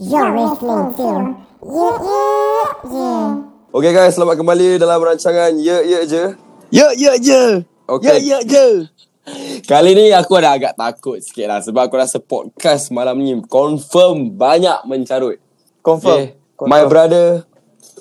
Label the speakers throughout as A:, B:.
A: You're listening to Yeah Yeah Yeah.
B: Okay guys, selamat kembali dalam rancangan Ye Ye Je.
C: Ya, ya je.
B: Okay.
C: Ya, ya je.
B: Kali ni aku ada agak takut sikit lah sebab aku rasa podcast malam ni confirm banyak mencarut.
C: Confirm.
B: Confirm. My brother,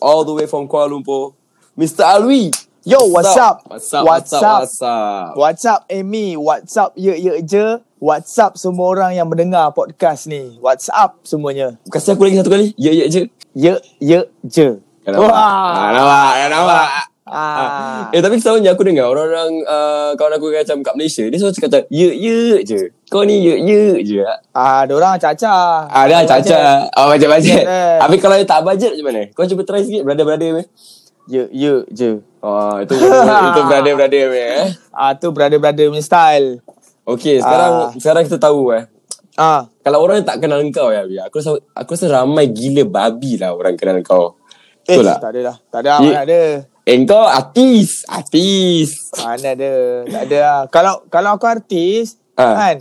B: all the way from Kuala Lumpur, Mr. Alwi.
C: Yo, what's up?
B: What's up? What's
C: What's
B: up?
C: up?
B: What's up?
C: What's up Amy? What's up ya, ya je? What's up semua orang yang mendengar podcast ni? What's up semuanya?
B: Kasih aku lagi satu kali. Ye Ye Je.
C: Ya, ya je.
B: Kan nampak? Ah, nampak? Kan nampak?
C: Ah.
B: Eh tapi selalunya aku dengar orang-orang uh, kawan aku yang macam kat Malaysia Dia selalu cakap macam ye ye je Kau ni ye ye je
C: Ah, dorang caca.
B: Ah dah caca Oh
C: Budget,
B: bajet-bajet
C: eh.
B: Habis kalau dia tak bajet macam mana? Kau cuba try sikit brother-brother meh
C: Ya, ya je.
B: Oh itu itu brother-brother meh eh
C: Ah, tu brother-brother punya style.
B: Okay sekarang sekarang kita tahu eh
C: Ah,
B: Kalau orang yang tak kenal kau ya Abi, Aku rasa, aku rasa ramai gila babi lah orang kenal kau
C: eh,
B: Betul lah. tak?
C: tak ada dah. Tak ada,
B: Ye.
C: mana ada.
B: Eh kau artis Artis
C: Mana ada. Tak ada lah. Kalau, kalau aku artis,
B: Ah.
C: kan,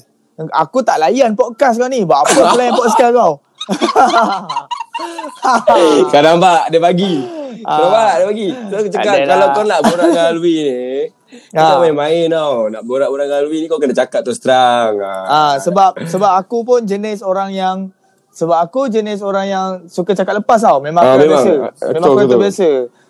C: aku tak layan podcast kau ni. Buat apa aku layan podcast kau?
B: Kau nampak dia bagi Kau
C: Ah.
B: nampak dia bagi So aku cakap
C: Adalah.
B: Kalau kau nak borak dengan Alwi ni Kau
C: Ah.
B: tak main-main tau Nak borak-borak dengan Alwi ni Kau kena cakap terus terang
C: Ah sebab sebab aku pun jenis orang yang sebab aku jenis orang yang suka cakap lepas tau. Memang
B: Ah,
C: aku
B: memang.
C: memang, biasa.
B: Ah,
C: Memang
B: betul,
C: aku
B: betul.
C: biasa.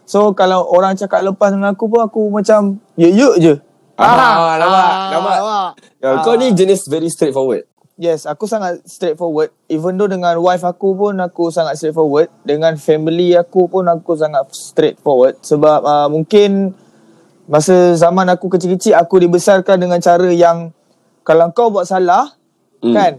C: So kalau orang cakap lepas dengan aku pun aku macam ye ye je.
B: Ah, nampak, nampak. Ya, Kau
C: Ah.
B: ni jenis very straightforward
C: Yes, aku sangat straightforward. Even though dengan wife aku pun aku sangat straightforward, dengan family aku pun aku sangat straightforward sebab uh, mungkin masa zaman aku kecil-kecil aku dibesarkan dengan cara yang kalau kau buat salah
B: Hmm.
C: mm. kan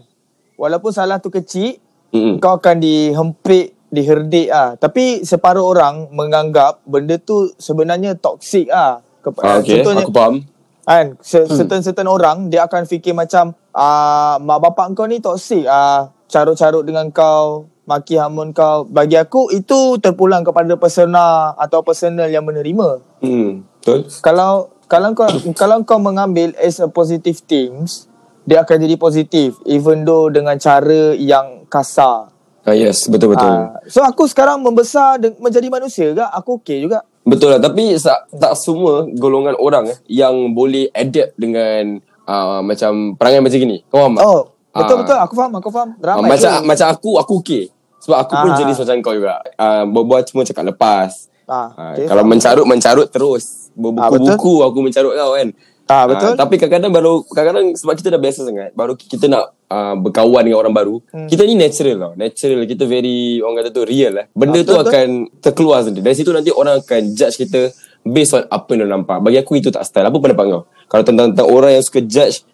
C: walaupun salah tu kecil
B: Mm-mm.
C: kau akan dihempit diherdik ah tapi separuh orang menganggap benda tu sebenarnya toksik ah Kep-
B: ah, Okay aku faham
C: Kan se-
B: Hmm.
C: Certain-certain orang Dia akan fikir macam ah Mak bapak kau ni toksik ah Carut-carut dengan kau Maki hamun kau Bagi aku Itu terpulang kepada persona Atau personal yang menerima
B: Hmm, Betul
C: Kalau Kalau kau Kalau kau mengambil As a positive things Dia akan jadi positif Even though Dengan cara yang kasar
B: ah, Yes betul-betul
C: Ah, So aku sekarang membesar de- Menjadi manusia ke Aku okay juga
B: Betul lah tapi sa- tak semua golongan orang eh, yang boleh adapt dengan uh, macam perangai macam gini. Kau faham? tak?
C: Oh
B: Ah.
C: Betul-betul Aku faham Aku faham
B: Ah,
C: Ramai
B: macam
C: tu.
B: macam aku aku okey. Sebab aku pun
C: Ah.
B: jenis macam kau juga. Ah berbual cuma cakap lepas.
C: Ah,
B: Ah,
C: okay,
B: kalau
C: faham.
B: mencarut mencarut terus. Berbuku-buku aku mencarut kau kan.
C: Ah, betul.
B: tapi kadang-kadang baru kadang-kadang sebab kita dah biasa sangat, baru kita nak ah, berkawan dengan orang baru.
C: Hmm.
B: Kita ni natural tau. Natural kita very orang kata tu real lah. Benda
C: Ah,
B: tu
C: betul, betul.
B: akan terkeluar sendiri. Dari situ nanti orang akan judge kita based on apa yang dia nampak. Bagi aku itu tak style. Apa pendapat kau? Kalau tentang, tentang orang yang suka judge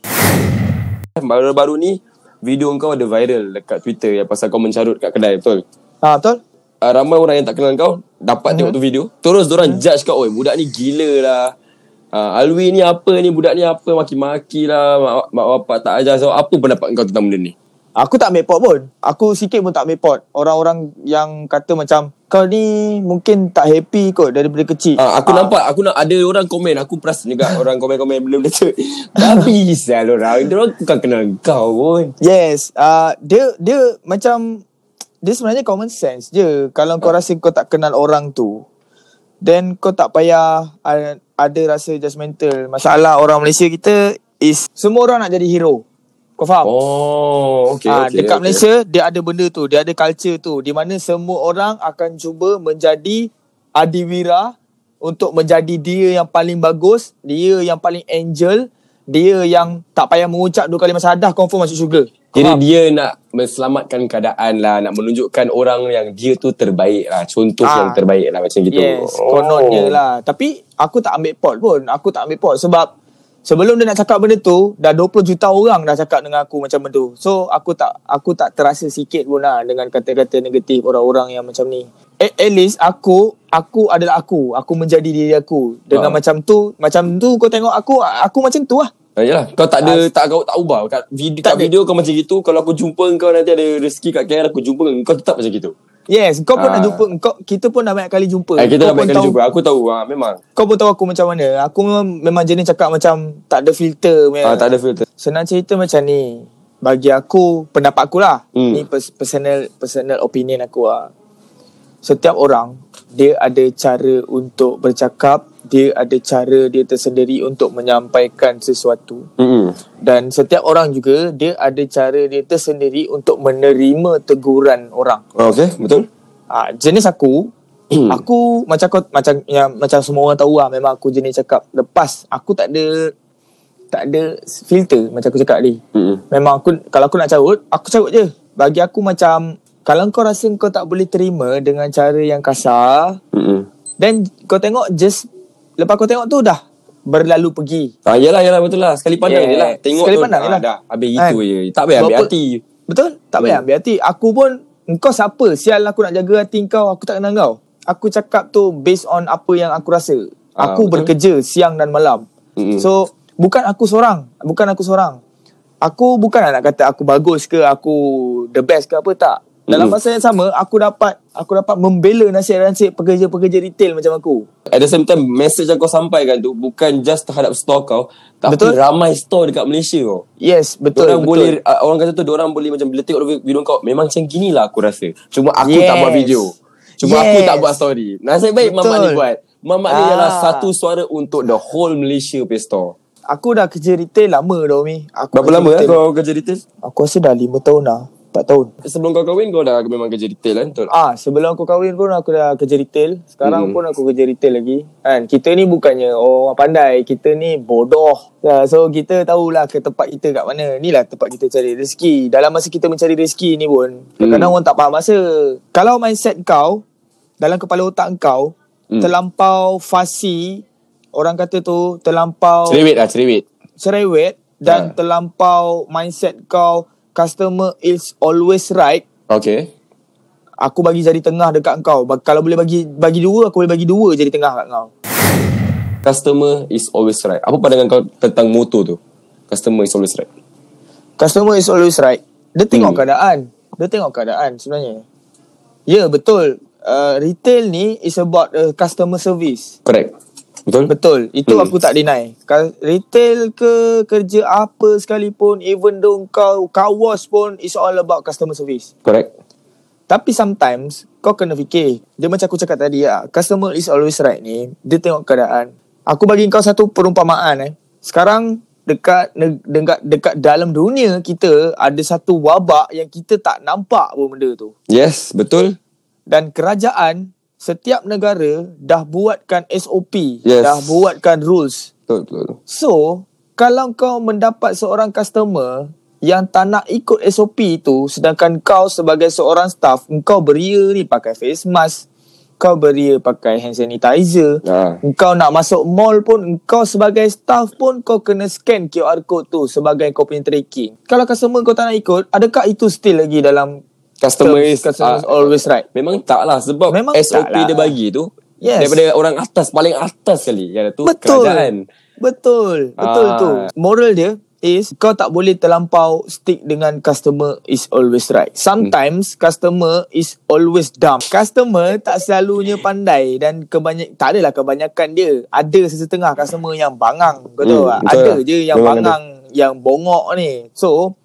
B: Baru-baru ni Video kau ada viral Dekat Twitter Yang pasal kau mencarut kat kedai Betul
C: Ah, Betul
B: uh, Ramai orang yang tak kenal kau Dapat tengok tu video Terus orang judge kau Oi budak ni gila lah uh, Alwi ni apa ni Budak ni apa Maki-maki lah Mak, mak bapak tak ajar so, Apa pendapat kau tentang benda ni
C: Aku tak ambil pot pun. Aku sikit pun tak ambil pot. Orang-orang yang kata macam kau ni mungkin tak happy kot daripada kecil. Ah,
B: uh, Aku nampak Aku nak ada orang komen Aku perasan juga Orang komen-komen benda-benda tu Tapi Sial orang Dia orang bukan kenal kau pun
C: Yes, uh, dia dia macam dia sebenarnya common sense je. Kalau kau rasa kau tak kenal orang tu, then kau tak payah uh, ada rasa judgemental. Masalah orang Malaysia kita is semua orang nak jadi hero. Kau faham?
B: Oh okay,
C: Ah,
B: okay,
C: dekat
B: okay.
C: Malaysia dia ada benda tu, dia ada culture tu di mana semua orang akan cuba menjadi adiwira untuk menjadi dia yang paling bagus, dia yang paling angel, dia yang tak payah mengucap dua kali masadah confirm masuk syurga.
B: Jadi dia nak menselamatkan keadaan lah Nak menunjukkan orang yang dia tu terbaik lah Contoh
C: Ah.
B: yang terbaik lah macam gitu Oh.
C: Yes, kononnya lah. Tapi aku tak ambil pot pun. Aku tak ambil pot sebab sebelum dia nak cakap benda tu, dah 20 juta orang dah cakap dengan aku macam tu. So aku tak aku tak terasa sikit pun lah dengan kata-kata negatif orang-orang yang macam ni. At, at least aku aku adalah aku. Aku menjadi diri aku. Dengan
B: Ah.
C: macam tu, macam tu kau tengok aku, aku macam tu lah.
B: Ah, yalah, kau tak ada tak kau tak ubah kat video kat
C: Tak ada.
B: video kau macam gitu kalau aku jumpa kau nanti ada rezeki kat KL aku jumpa kau, kau tetap macam gitu.
C: Yes, kau pun
B: Ah.
C: dah jumpa, kau, kita pun dah banyak kali jumpa.
B: Eh, kita dah
C: Kau pun
B: banyak kali
C: tahu
B: jumpa aku tahu ah memang.
C: Kau pun tahu aku macam mana Aku memang, memang jenis cakap macam Tak ada filter
B: Ah, tak ada filter.
C: Senang cerita macam ni bagi aku pendapat aku lah.
B: Hmm.
C: Ni pers- personal personal opinion aku lah. Setiap orang dia ada cara untuk bercakap, dia ada cara dia tersendiri untuk menyampaikan sesuatu
B: Mm-mm.
C: dan setiap orang juga dia ada cara dia tersendiri untuk menerima teguran orang.
B: Oh, okay, betul?
C: Ha, jenis aku aku macam kau macam ya, macam semua orang tahu lah memang aku jenis cakap lepas aku tak ada tak ada filter macam aku cakap tadi.
B: Mm-mm.
C: Memang aku kalau aku nak carut, aku carut je. Bagi aku macam kalau kau rasa kau tak boleh terima dengan cara yang kasar,
B: Mm-mm.
C: then kau tengok just lepas kau tengok tu dah berlalu pergi.
B: Ah, yelah, yelah, betul lah. Sekali pandang
C: Yeah.
B: je lah. Tengok
C: Sekali
B: tu,
C: pandang je
B: ah,
C: lah.
B: dah. Habis
C: Kan?
B: itu je. Tak payah ambil
C: Berapa-
B: hati.
C: Betul? Tak payah
B: Hmm.
C: ambil hati. Aku pun engkau siapa? Sial aku nak jaga hati kau, aku tak kenal kau. Aku cakap tu based on apa yang aku rasa.
B: Ah, betul.
C: Aku
B: Hmm.
C: bekerja siang dan malam.
B: Mm-mm.
C: So bukan aku seorang, bukan aku seorang. Aku bukan lah nak kata aku bagus ke, aku the best ke apa tak. Dalam
B: Mm-mm.
C: masa yang sama aku dapat aku dapat membela nasihat-nasihat pekerja-pekerja retail macam aku.
B: At the same time, message yang kau sampaikan tu bukan just terhadap store kau, tapi
C: Betul.
B: betul? ramai store dekat Malaysia kau.
C: Yes, betul.
B: Orang
C: betul.
B: boleh uh, orang kata tu orang boleh macam bila tengok video kau memang macam gini lah aku rasa. Cuma aku yes. tak
C: Yes.
B: buat video. Cuma yes. aku
C: Yes.
B: tak buat story. Nasib baik
C: Betul.
B: mamak ni buat. Mamak ni
C: Ah.
B: ialah satu suara untuk the whole Malaysia punya store.
C: aku dah kerja retail lama dah Umi. Aku
B: Berapa
C: kerja
B: lama eh
C: retail.
B: kau kerja retail?
C: Aku rasa dah 5 tahun dah. 4 tahun.
B: Sebelum kau kahwin kau dah memang kerja retail kan betul?
C: Ah, sebelum aku kahwin pun aku dah kerja retail.
B: Mm.
C: Sekarang pun aku kerja retail lagi. Kan, kita ni bukannya orang pandai, kita ni bodoh. Ah, So kita tahulah ke tempat kita kat mana. Inilah tempat kita cari rezeki. Dalam masa kita mencari rezeki ni
B: Mm.
C: pun, kadang-kadang orang tak faham masa. Kalau mindset kau dalam kepala otak kau
B: Mm.
C: terlampau fasi, orang kata tu terlampau
B: Cerewet lah cerewet. Ah.
C: cerewet dan terlampau mindset kau customer is always right
B: Okay.
C: aku bagi jari tengah dekat kau. Ba- Kalau boleh bagi bagi dua, aku boleh bagi dua jari tengah kat kau.
B: Customer is always right. Apa pandangan kau tentang motor tu? Customer is always right.
C: Customer is always right. Dia tengok
B: Hmm.
C: keadaan. Dia tengok keadaan sebenarnya. Ya, yeah, betul. Uh, retail ni is about uh, customer service.
B: Correct. Betul?
C: Betul. Itu
B: Hmm.
C: aku tak deny. Ka- Retail ke kerja apa sekalipun, even though kau car wash pun is all about customer service.
B: Correct.
C: Tapi sometimes kau kena fikir. Dia macam aku cakap tadi lah. Customer is always right ni. Dia tengok keadaan. Aku bagi kau satu perumpamaan eh. Sekarang dekat neg- dekat dekat dalam dunia kita ada satu wabak yang kita tak nampak pun benda tu.
B: Yes, betul.
C: Dan kerajaan setiap negara dah buatkan SOP,
B: Yes.
C: dah buatkan rules.
B: Betul, betul.
C: So, kalau kau mendapat seorang customer yang tak nak ikut SOP tu sedangkan kau sebagai seorang staff, kau beria ni pakai face mask, kau beria pakai hand sanitizer,
B: Ah.
C: kau nak masuk mall pun kau sebagai staff pun kau kena scan QR code tu sebagai kau punya tracking. Kalau customer kau tak nak ikut, adakah itu still lagi dalam
B: Customer is-
C: customer is
B: ah.
C: always right?
B: Memang tak lah sebab
C: Memang
B: SOP
C: tak lah.
B: dia bagi tu
C: Yes.
B: daripada orang atas paling atas sekali yang tu
C: Betul.
B: kerajaan.
C: Betul. Betul
B: Ah.
C: tu. Moral dia is kau tak boleh terlampau stick dengan customer is always right. Sometimes
B: Hmm.
C: customer is always dumb. Customer tak selalunya pandai dan kebanyak tak adalah kebanyakan dia. Ada sesetengah customer yang bangang. Kau tahu
B: Hmm,
C: tak?
B: betul
C: Ada
B: lah.
C: je yang
B: Memang
C: bangang, yang bongok ni. So,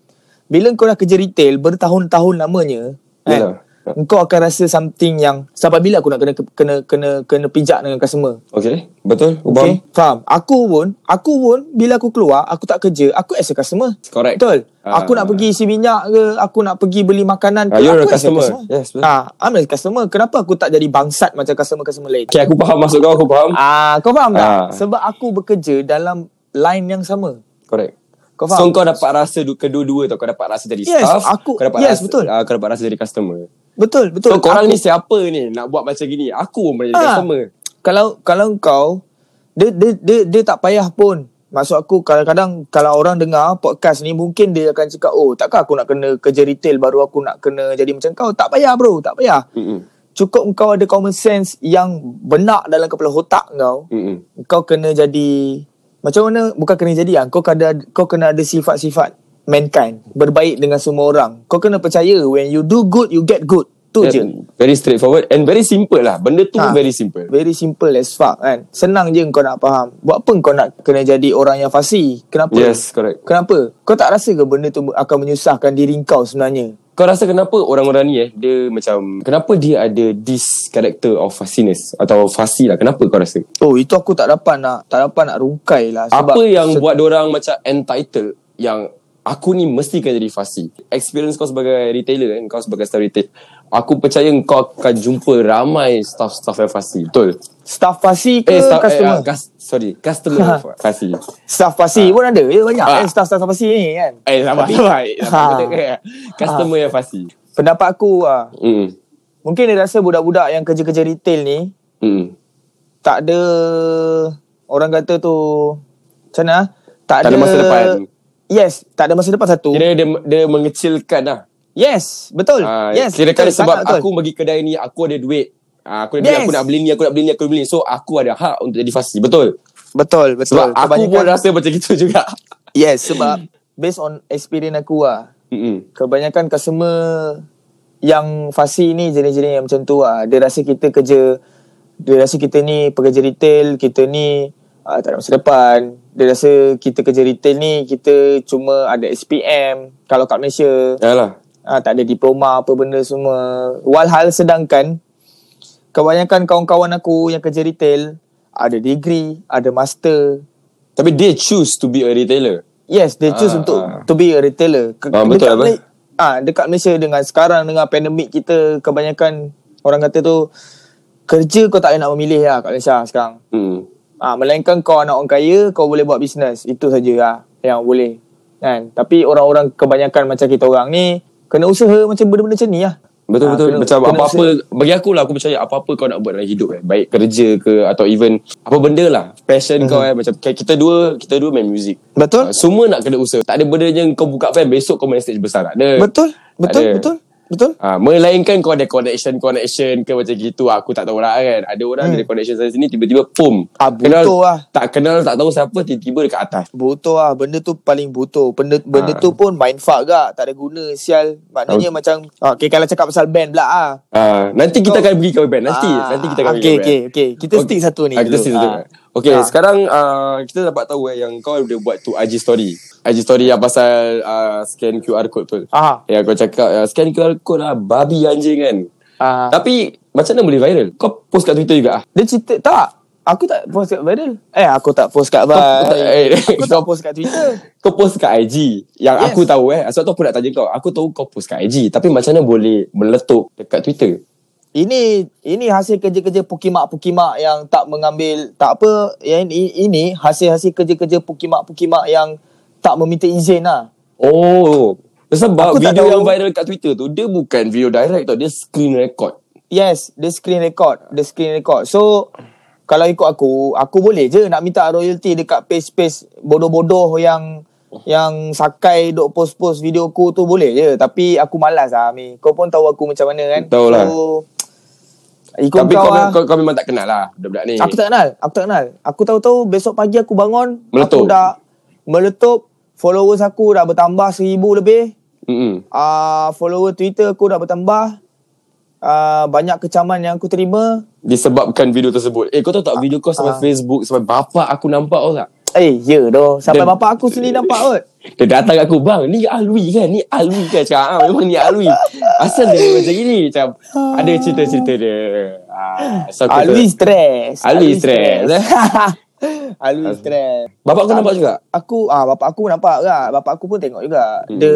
C: bila kau dah kerja retail bertahun-tahun lamanya,
B: Yalah.
C: kan? Engkau akan rasa something yang sampai bila aku nak kena kena kena kena pijak dengan customer.
B: Okay, betul. Kau
C: Okay,
B: okay.
C: faham. Aku pun, aku pun bila aku keluar, aku tak kerja, aku as a customer.
B: Correct.
C: Betul.
B: Ah.
C: Aku nak pergi isi minyak ke, aku nak pergi beli makanan
B: Ah,
C: ke,
B: you're a
C: aku
B: customer. Yes, betul.
C: Ah, I'm a customer. Kenapa aku tak jadi bangsat macam customer-customer lain?
B: Okay, aku faham maksud kau, aku faham.
C: Ah, kau faham tak?
B: Ah.
C: Sebab aku bekerja dalam line yang sama.
B: Correct.
C: Kau
B: So
C: faham?
B: kau dapat rasa du- kedua-dua tau. Kau dapat rasa dari
C: Yes,
B: staff.
C: aku-
B: kau dapat
C: yes,
B: rasa,
C: betul.
B: ah, kau dapat rasa dari customer.
C: betul,
B: So,
C: betul.
B: korang ni
C: Aku-
B: siapa ni nak buat macam gini? Aku pun jadi
C: Ah.
B: customer.
C: kalau kalau kau dia, dia dia dia tak payah pun. Maksud aku kadang-kadang kalau orang dengar podcast ni mungkin dia akan cakap oh takkan aku nak kena kerja retail baru aku nak kena jadi macam kau. Tak payah bro, tak payah.
B: Mm-mm.
C: Cukup kau ada common sense yang benak dalam kepala otak kau.
B: Mm-mm.
C: Kau kena jadi macam mana bukan kena jadi ah kau kena kau kena ada sifat-sifat mankind berbaik dengan semua orang. Kau kena percaya when you do good you get good. Tu
B: Yeah,
C: je.
B: Very straightforward and very simple lah. Benda tu ha.
C: Ha.
B: very simple.
C: Very simple as fuck kan. Senang je kau nak faham. Buat apa kau nak kena jadi orang yang fasih? Kenapa?
B: Yes, correct.
C: Kenapa? Kau tak rasa ke benda tu akan menyusahkan diri kau sebenarnya?
B: Kau rasa kenapa orang-orang ni eh dia macam kenapa dia ada this character of fasciness atau fasi lah. Kenapa kau rasa?
C: Oh, itu aku tak dapat nak tak dapat nak rungkai lah sebab
B: Apa yang buat orang macam entitled yang aku ni mesti kena jadi fasi. Experience kau sebagai retailer kan, kau sebagai staff retail. Aku percaya kau akan jumpa ramai staff-staff yang fasi. Betul.
C: staff fasih ke
B: Eh, staff, customer. Eh,
C: customer? Ha.
B: ah, kas, sorry, customer fasi.
C: staff fasih pun ada. Ya banyak
B: Ah.
C: kan staff staff fasih ni kan.
B: Eh, sabar, sabar.
C: Ha.
B: Customer yang fasi.
C: Pendapat aku ah,
B: Hmm.
C: mungkin dia rasa budak-budak yang kerja-kerja retail ni
B: Hmm.
C: tak ada orang kata tu macam mana? ah? Tak,
B: Tak ada masa depan.
C: Yes, tak ada masa depan satu.
B: Kira dia, dia mengecilkan lah.
C: Yes, betul.
B: Ah,
C: yes.
B: Kira kan
C: betul,
B: sebab
C: sangat betul.
B: aku pergi kedai ni, aku ada duit. Ah, aku ada duit,
C: Yes.
B: aku nak beli ni, aku nak beli ni, aku nak beli ni. So, aku ada hak untuk jadi fasi. Betul?
C: betul betul.
B: Sebab aku pun
C: Kebanyakan-
B: rasa Hmm. macam itu juga.
C: yes sebab based on experience aku lah
B: Mm-mm.
C: kebanyakan customer yang fasi ni jenis-jenis yang macam tu lah. Dia rasa kita kerja, dia rasa kita ni pekerja retail, kita ni uh, tak ada masa depan. Dia rasa kita kerja retail ni, kita cuma ada SPM kalau kat Malaysia.
B: Yalah.
C: Ah, tak ada diploma apa benda semua. Walhal sedangkan kebanyakan kawan-kawan aku yang kerja retail ada degree, ada master.
B: Tapi they choose to be a retailer.
C: Yes, they choose
B: Ah,
C: untuk
B: ah.
C: to be a retailer. Ke-
B: Ah, betul,
C: dekat
B: apa?
C: Malay- Ah, dekat Malaysia dengan sekarang dengan pandemik kita kebanyakan orang kata tu kerja kau tak payah nak memilih lah kat Malaysia sekarang.
B: Mm.
C: Ah, melainkan kau anak orang kaya, kau boleh buat bisnes. Itu saja lah yang boleh. Kan? Tapi orang-orang kebanyakan macam kita orang ni kena usaha macam benda-benda macam ni lah.
B: Betul
C: Ah,
B: betul
C: kena-
B: macam
C: kena
B: apa-apa bagi aku lah aku percaya apa-apa kau nak buat dalam hidup kan baik kerja ke atau even apa benda lah passion kau eh macam kayak kita dua kita dua main muzik.
C: Mm-hmm.
B: Ah,
C: Betul?
B: semua nak kena usaha. Tak ada benda yang kau buka fan besok kau main stage besar tak ada.
C: Betul,
B: Tak
C: betul,
B: Eh, ada.
C: betul, betul.
B: Ah, melainkan kau ada connection-connection ke macam gitu aku tak tahu lah kan. Ada orang hmm. ada connection sana sini tiba-tiba pum.
C: Ah, butuh lah.
B: Tak kenal tak tahu siapa tiba-tiba dekat atas.
C: Butuh lah Benda tu paling butuh Benda benda
B: Ah.
C: tu pun main fuck gak Tak ada guna Sial Maknanya macam ah, Okay kalau cakap pasal band pula ah.
B: Ah, nanti kita
C: Kau-
B: akan pergi cover band. Nanti nanti kita akan
C: Oh. Ah, okay,
B: pergi cover
C: okay,
B: band.
C: okay. Kita okay. stick satu ni
B: Ah, kita
C: dulu.
B: stick satu.
C: Ah.
B: Okay,
C: Ah.
B: sekarang uh, kita dapat tahu eh, yang kau ada buat tu IG story. IG story yang pasal uh, scan QR code tu.
C: Ah.
B: Ya, kau cakap uh, scan QR code lah babi anjing kan.
C: Ah.
B: Tapi macam mana boleh viral? Kau post kat Twitter juga ah.
C: Dia cerita Tak Aku tak post kat viral Eh aku tak post kat
B: Kau-
C: viral
B: tak- eh,
C: Ah, Aku tak
B: kau-
C: post kat Twitter
B: Kau post kat IG Yang
C: Yes.
B: yes. aku tahu eh Sebab tu aku nak tanya kau Aku tahu kau post kat IG Tapi macam mana boleh Meletup dekat Twitter
C: Ini ini hasil kerja-kerja pukimak-pukimak yang tak mengambil tak apa yang ini, ini hasil-hasil kerja-kerja pukimak-pukimak yang tak meminta izin lah.
B: Oh Sebab
C: Aku tak
B: video
C: tahu.
B: yang viral kat Twitter tu Dia bukan video direct tau Dia screen record
C: Yes, the screen record, the screen record. So kalau ikut aku, aku boleh je nak minta royalty dekat page-page bodoh-bodoh yang yang sakai dok post-post video aku tu boleh je tapi aku malas lah Ami. Kau pun tahu aku macam mana kan.
B: Tahu lah.
C: So, ikut
B: Tapi
C: kau,
B: kau,
C: lah.
B: mem- kau, kau memang tak kenal lah Budak-budak ni
C: Aku tak kenal Aku tak kenal Aku tahu-tahu Besok pagi aku bangun
B: Meletup.
C: Aku dah Meletup Followers aku dah bertambah Seribu lebih
B: Mm-mm.
C: uh, Follower Twitter aku dah bertambah uh, Banyak kecaman yang aku terima
B: Disebabkan video tersebut Eh kau tahu tak video kau sampai
C: Ah.
B: Facebook Sampai bapak aku nampak kau tak
C: Eh ya doh Sampai
B: Dan-
C: bapak aku sendiri nampak kot
B: Dia datang kat aku Bang ni Alwi kan Ni Alwi kan Cakap ah, memang ni Alwi Asal dia macam gini Macam Ada cerita-cerita dia ah, so aku-
C: Alwi stress
B: Alwi stress.
C: Alwi stress
B: Bapak kau nampak juga
C: Aku ah bapak aku nampak juga. Bapak aku pun tengok juga. Hmm. Dia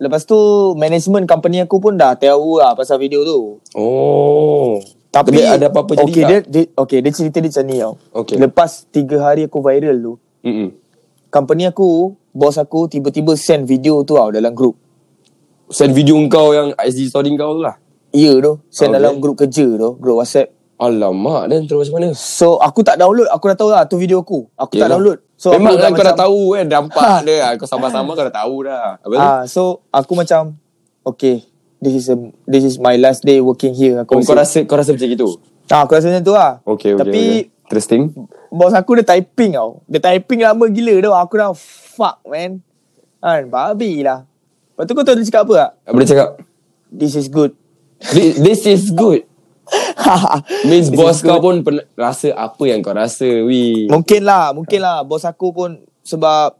C: lepas tu management company aku pun dah tahu lah pasal video tu.
B: Oh. Tapi
C: Tapi
B: ada apa-apa jadi
C: okay,
B: tak?
C: dia, dia, Okay dia cerita dia macam ni tau
B: Okay.
C: Lepas 3 hari aku viral tu
B: Mm-mm.
C: Company aku Bos aku tiba-tiba send video tu tau Dalam group
B: Send video kau yang IG story kau tu lah.
C: Ya tu Send
B: Okay.
C: dalam group kerja tu Group whatsapp
B: Alamak dan terus macam mana?
C: So aku tak download Aku dah tahu lah tu video aku Aku tak
B: Yelah.
C: download so,
B: So, Memang
C: aku
B: kan kau dah
C: macam-
B: tahu kan dampak dia. Kau sama-sama kau dah tahu dah. Apa tu?
C: ah, So aku macam Okay This is a, this is my last day working here
B: Kau, Oh,
C: aku
B: kau rasa kau rasa macam gitu.
C: ah, Aku rasa macam tu lah
B: Okay, okay,
C: Tapi
B: okay. Interesting.
C: Bos aku dia typing tau Dia typing lama gila tau Aku dah fuck man Ah, Kan babi lah Lepas tu kau tahu dia cakap apa tak
B: Boleh cakap
C: This is good
B: This, this is good. Means bos kau pun pen- rasa apa yang kau rasa. Wee.
C: Mungkin lah, mungkin lah bos aku pun sebab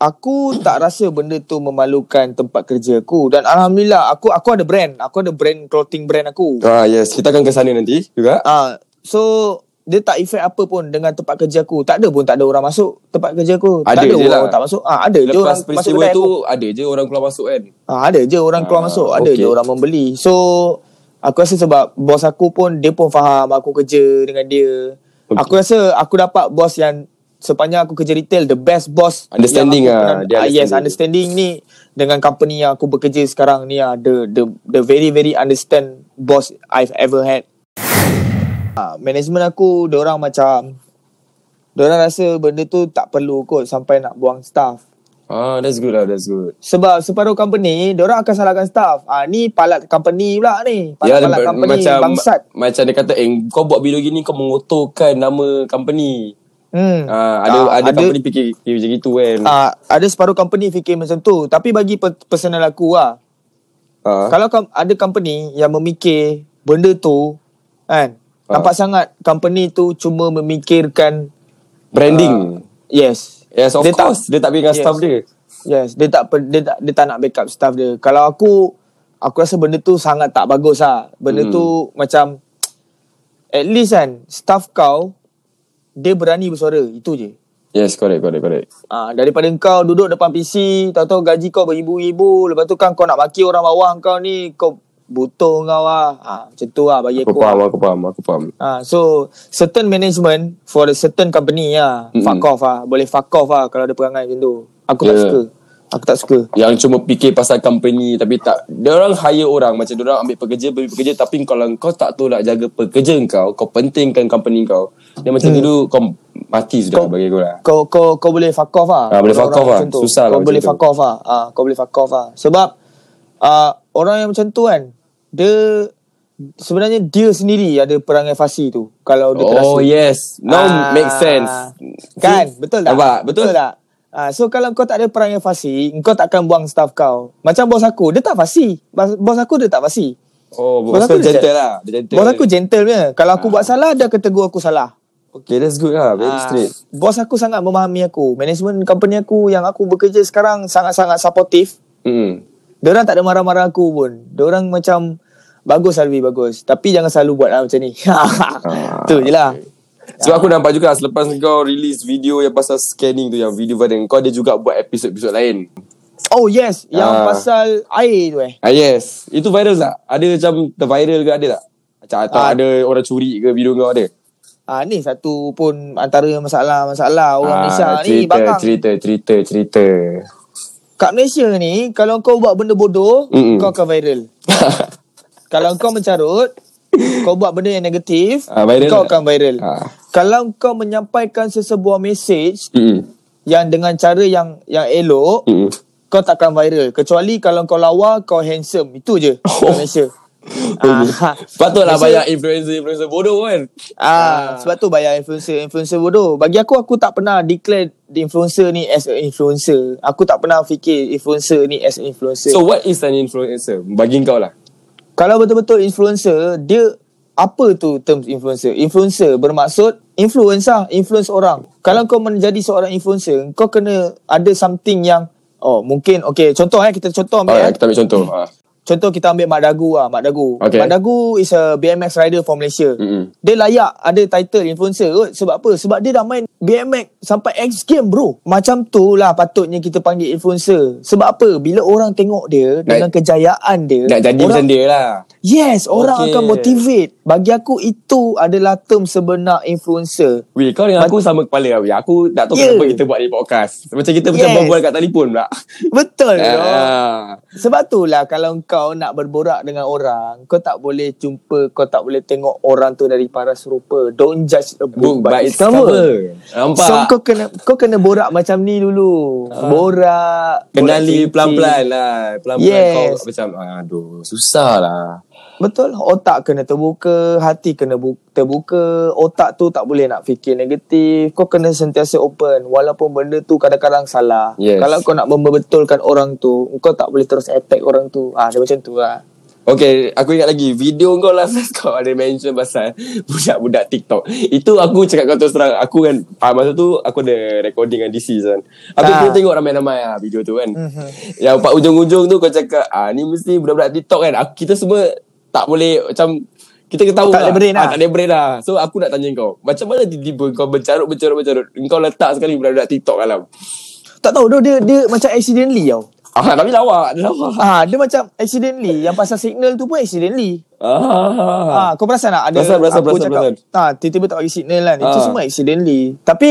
C: aku tak rasa benda tu memalukan tempat kerja aku dan alhamdulillah aku aku ada brand, aku ada brand clothing brand aku.
B: Ah yes, kita akan ke sana nanti juga.
C: Ah, so dia tak efek apa pun dengan tempat kerja aku. Tak ada pun tak ada orang masuk tempat kerja aku.
B: Ada
C: tak ada
B: je
C: orang
B: lah.
C: tak masuk. Ah, ada je orang
B: Lepas
C: masuk
B: peristiwa
C: kedai
B: tu
C: aku.
B: ada je orang keluar masuk kan.
C: Ha, ada je orang keluar
B: Ah,
C: masuk, ada
B: okay.
C: je orang membeli. So aku rasa sebab bos aku pun dia pun faham aku kerja dengan dia.
B: Okay.
C: Aku rasa aku dapat bos yang sepanjang aku kerja retail the best boss
B: Understanding
C: yang
B: ah,
C: aku pernah-
B: dia
C: ah, yes
B: understanding.
C: understanding ni dengan company yang aku bekerja sekarang ni ah the the the very very understand boss I've ever had ha, management aku dia orang macam dia orang rasa benda tu tak perlu kot sampai nak buang staff
B: Ah that's good lah, that's good.
C: sebab separuh company, diorang akan salahkan staff. Ah ni palat company pula ni.
B: Ya,
C: Palat-palat
B: le-
C: company
B: macam
C: bangsat.
B: macam dia kata, eh kau buat video gini kau mengotorkan nama company.
C: Hmm.
B: Ah ada
C: Ah,
B: ada,
C: ada-
B: company fikir, fikir macam gitu kan.
C: Ah ada separuh company fikir macam tu. Tapi bagi pe- personal aku lah.
B: Ah.
C: Kalau kom- ada company yang memikir benda tu kan.
B: Ah.
C: Nampak sangat company tu cuma memikirkan
B: Branding.
C: yes.
B: yes of
C: ah. dia tak-
B: course. dia tak fikir dengan
C: Yes.
B: staff dia.
C: Yes, dia tak per- dia tak dia tak nak backup staff dia. Kalau aku aku rasa benda tu sangat tak bagus lah. Benda
B: Hmm.
C: hmm. tu macam at least kan staff kau dia berani bersuara, itu je.
B: Yes, correct, correct, correct.
C: Ha, daripada kau duduk depan PC, tahu-tahu gaji kau beribu-ribu, lepas tu kan kau nak maki orang bawah kau ni, kau butuh kau lah. Ha, macam tu lah bagi
B: Aku
C: aku.
B: faham, aku faham, aku faham.
C: Ah, so certain management for a certain company ya.
B: Mm-mm.
C: Mm-hmm. Fuck off ah. Boleh fuck off ah kalau ada perangai macam tu. Aku yeah. tak
B: Yeah.
C: suka. Aku tak suka.
B: Yang cuma fikir pasal company tapi tak dia orang hire orang macam dia orang ambil pekerja beri pekerja tapi kalau kau tak tahu nak jaga pekerja kau kau pentingkan company kau dia macam hmm. dulu kau mati sudah
C: Kau-
B: bagi aku lah
C: Kau kau kau boleh fuck off ah.
B: Ah, boleh fuck
C: Orang-orang
B: off ah.
C: macam tu.
B: Susah lah
C: Kau
B: macam
C: boleh
B: tu.
C: fuck off ah. Ah, kau boleh fuck off ah. Sebab ah orang yang macam tu kan, dia sebenarnya dia sendiri ada perangai fasi tu kalau dia terasa.
B: Oh yes Now
C: Ah,
B: make sense
C: Kan?
B: See?
C: Betul tak?
B: Nampak? Betul,
C: Betul tak? Ah, so kalau kau tak ada perangai fasi, kau tak akan buang staff kau. Macam bos aku, dia tak fasi. Bos, bos aku dia tak fasi.
B: Oh
C: Bos
B: bos kau
C: aku dia
B: gentle
C: gen-
B: lah dia gentle.
C: Bos aku gentle punya. Kalau aku
B: Ah.
C: buat salah, dia akan tegur aku salah.
B: Okay that's good lah Very
C: Ah,
B: straight
C: Bos aku sangat memahami aku. Management company aku yang aku bekerja sekarang sangat-sangat supportive.
B: mm.
C: Diorang tak ada marah-marah aku pun. Diorang macam, bagus Alwi, bagus. Tapi jangan selalu buat lah macam ni.
B: Ah,
C: tu je lah.
B: Sebab aku nampak juga Selepas kau release video Yang pasal scanning tu Yang video viral Kau ada juga buat episod-episod lain
C: Oh yes,
B: Ah.
C: yang pasal air tu eh.
B: Ah yes. Itu viral tak? Ada macam terviral ke ada tak? Macam atau
C: Ah.
B: ada orang curi ke video kau ada?
C: Ah ni satu pun antara masalah-masalah orang
B: Ah,
C: Malaysia ni
B: cerita,
C: bang.
B: cerita, cerita, cerita.
C: Kat Malaysia ni kalau kau buat benda bodoh,
B: Mm-mm.
C: kau akan viral. kalau kau mencarut, kau buat benda yang negatif,
B: Ah, viral
C: kau
B: tak?
C: akan viral.
B: Ah.
C: Kalau kau menyampaikan sesebuah mesej
B: Mm-mm.
C: yang dengan cara yang yang elok,
B: Mm-mm.
C: kau takkan viral. Kecuali kalau kau lawa, kau handsome. Itu je
B: Oh.
C: kat Malaysia. Ah,
B: Patutlah banyak
C: Malaysia-
B: influencer-influencer bodoh kan.
C: Ah, sebab tu bayar influencer influencer bodoh. Bagi aku aku tak pernah declare the influencer ni as a influencer. Aku tak pernah fikir influencer ni as a influencer.
B: So
C: So,
B: what is an influencer? Bagi kau lah.
C: kalau betul-betul influencer, dia apa tu terms influencer? Influencer bermaksud influence lah, influence orang. Kalau kau menjadi seorang influencer, kau kena ada something yang oh mungkin okay contoh eh kita contoh
B: Ah,
C: ambil eh.
B: kita ambil contoh. Ah.
C: Contoh kita ambil Mak Dagu lah, Mak Dagu.
B: Okay.
C: Mak Dagu is a BMX rider from Malaysia.
B: Mm-mm.
C: Dia layak ada title influencer kot. Sebab apa? Sebab dia dah main BMX sampai X game bro. Macam tu lah patutnya kita panggil influencer. Sebab apa? Bila orang tengok dia dengan kejayaan dia.
B: Nak jadi
C: orang,
B: macam dia lah.
C: Yes, orang
B: Okay.
C: akan motivate. Bagi aku itu adalah term sebenar influencer.
B: Weh, kau dengan aku sama kepala lah. weh. Aku tak tahu
C: Yeah.
B: kenapa kita buat ni podcast. Macam kita macam
C: Ya. Yes. Ya.
B: berbual kat telefon pula.
C: Betul bro.
B: Ah.
C: Sebab tu lah kalau kau nak berborak dengan orang, kau tak boleh jumpa, kau tak boleh tengok orang tu dari paras rupa. Don't judge a book, by, its cover.
B: Nampak?
C: So kau kena kau kena borak macam ni dulu. Borak,
B: Kenali
C: borak
B: pelan-pelan lah Pelan-pelan
C: Yes.
B: kau macam Aduh susah lah
C: Betul, otak kena terbuka, hati kena bu- terbuka, otak tu tak boleh nak fikir negatif. Kau kena sentiasa open walaupun benda tu kadang-kadang salah.
B: Yes.
C: Kalau kau nak membetulkan orang tu, kau tak boleh terus attack orang tu. Ah, dia macam tu lah.
B: Okay, aku ingat lagi video kau last last kau ada mention pasal budak-budak TikTok. Itu aku cakap kau terus terang, aku kan ah, masa tu aku ada recording dengan DC kan. Aku
C: Ah. Mhm.
B: ha. tengok ramai-ramai ah video tu kan. Mm-hmm. Yang pak ujung-ujung tu kau cakap ah ni mesti budak-budak TikTok kan. Aku, kita semua tak boleh macam kita ketawa
C: Tak boleh brain
B: ah,
C: lah.
B: tak boleh brain lah. So aku nak tanya kau, macam mana tiba-tiba kau bercarut bercarut bercarut kau letak sekali budak-budak TikTok dalam.
C: Tak tahu dia dia, dia macam accidentally tau.
B: Ah tapi lawak, dia lawak.
C: Ah, dia macam accidentally. Yang pasal signal tu pun accidentally.
B: Ah.
C: Ah, kau perasan tak ada
B: Perasan, perasan,
C: aku
B: perasan,
C: cakap
B: perasan.
C: ah tiba-tiba tak bagi signal kan. Itu
B: Ah.
C: semua accidentally. Tapi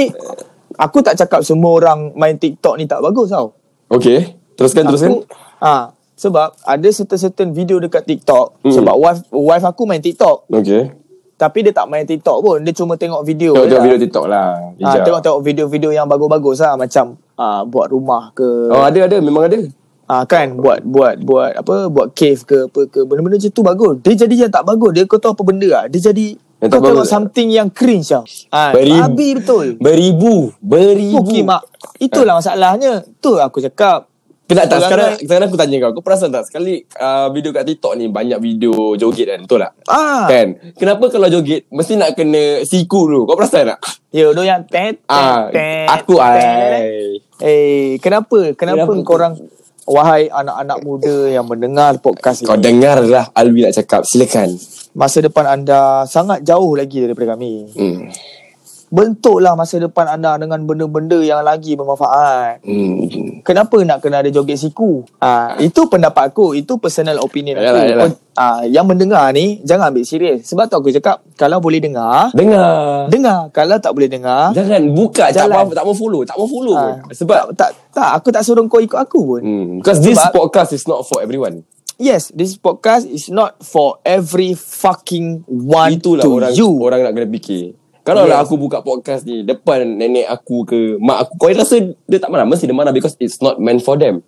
C: aku tak cakap semua orang main TikTok ni tak bagus tau.
B: Okay, teruskan teruskan.
C: Aku ah sebab ada certain-certain video dekat TikTok
B: Mm.
C: sebab wife wife aku main TikTok
B: Okay.
C: tapi dia tak main TikTok pun dia cuma tengok video
B: Tengok tengok
C: je
B: video
C: lah.
B: TikTok lah.
C: ah
B: Hijau.
C: tengok-tengok video-video yang bagus-bagus lah macam ah buat rumah ke
B: Oh ada ada memang ada.
C: Ah kan buat buat buat apa buat cave ke apa ke benda-benda macam tu bagus. Dia jadi yang tak bagus. Dia kau tahu apa benda ah. Dia jadi
B: Yang
C: kau
B: tak
C: tengok
B: bagus.
C: something yang cringe tau. Ah
B: Beri-
C: babi betul.
B: Beribu, beribu.
C: Okey mak.
B: Ha.
C: Itulah masalahnya. Tu aku cakap.
B: Kenapa tak
C: Orang
B: sekarang
C: lain-
B: sekarang aku tanya kau, kau perasan tak sekali uh, video kat TikTok ni banyak video joget kan, betul tak?
C: Ah.
B: Kan? Kenapa kalau joget mesti nak kena siku dulu? Kau perasan tak?
C: Yo do yang tet tet,
B: Ah,
C: tet,
B: aku
C: tet.
B: ai.
C: Eh kenapa? Kenapa,
B: Kenapa?
C: korang wahai anak-anak muda yang mendengar podcast
B: Kau
C: ini.
B: dengarlah Alwi nak cakap, silakan.
C: Masa depan anda sangat jauh lagi daripada kami.
B: Hmm.
C: Bentuklah masa depan anda dengan benda-benda yang lagi bermanfaat.
B: Hmm.
C: Kenapa nak kena ada joget siku? Ah, itu pendapat aku, itu personal opinion aku.
B: Yalah, yalah.
C: Ah, yang mendengar ni jangan ambil serius. Sebab tu aku cakap kalau boleh dengar,
B: Dengar.
C: dengar. Kalau tak boleh dengar,
B: Jangan buka tak
C: Jalan.
B: apa tak mau follow, tak mau follow.
C: Ah.
B: pun. Sebab
C: tak tak aku tak suruh kau ikut aku pun.
B: hmm, because this
C: Sebab-
B: podcast is not for everyone.
C: Yes, this podcast is not for every fucking one
B: Itulah
C: to
B: orang
C: you.
B: orang nak kena fikir. Kalau yes. lah
C: Yes.
B: aku buka podcast ni depan nenek aku ke mak aku, kau rasa dia tak marah, mesti dia marah because it's not meant for them.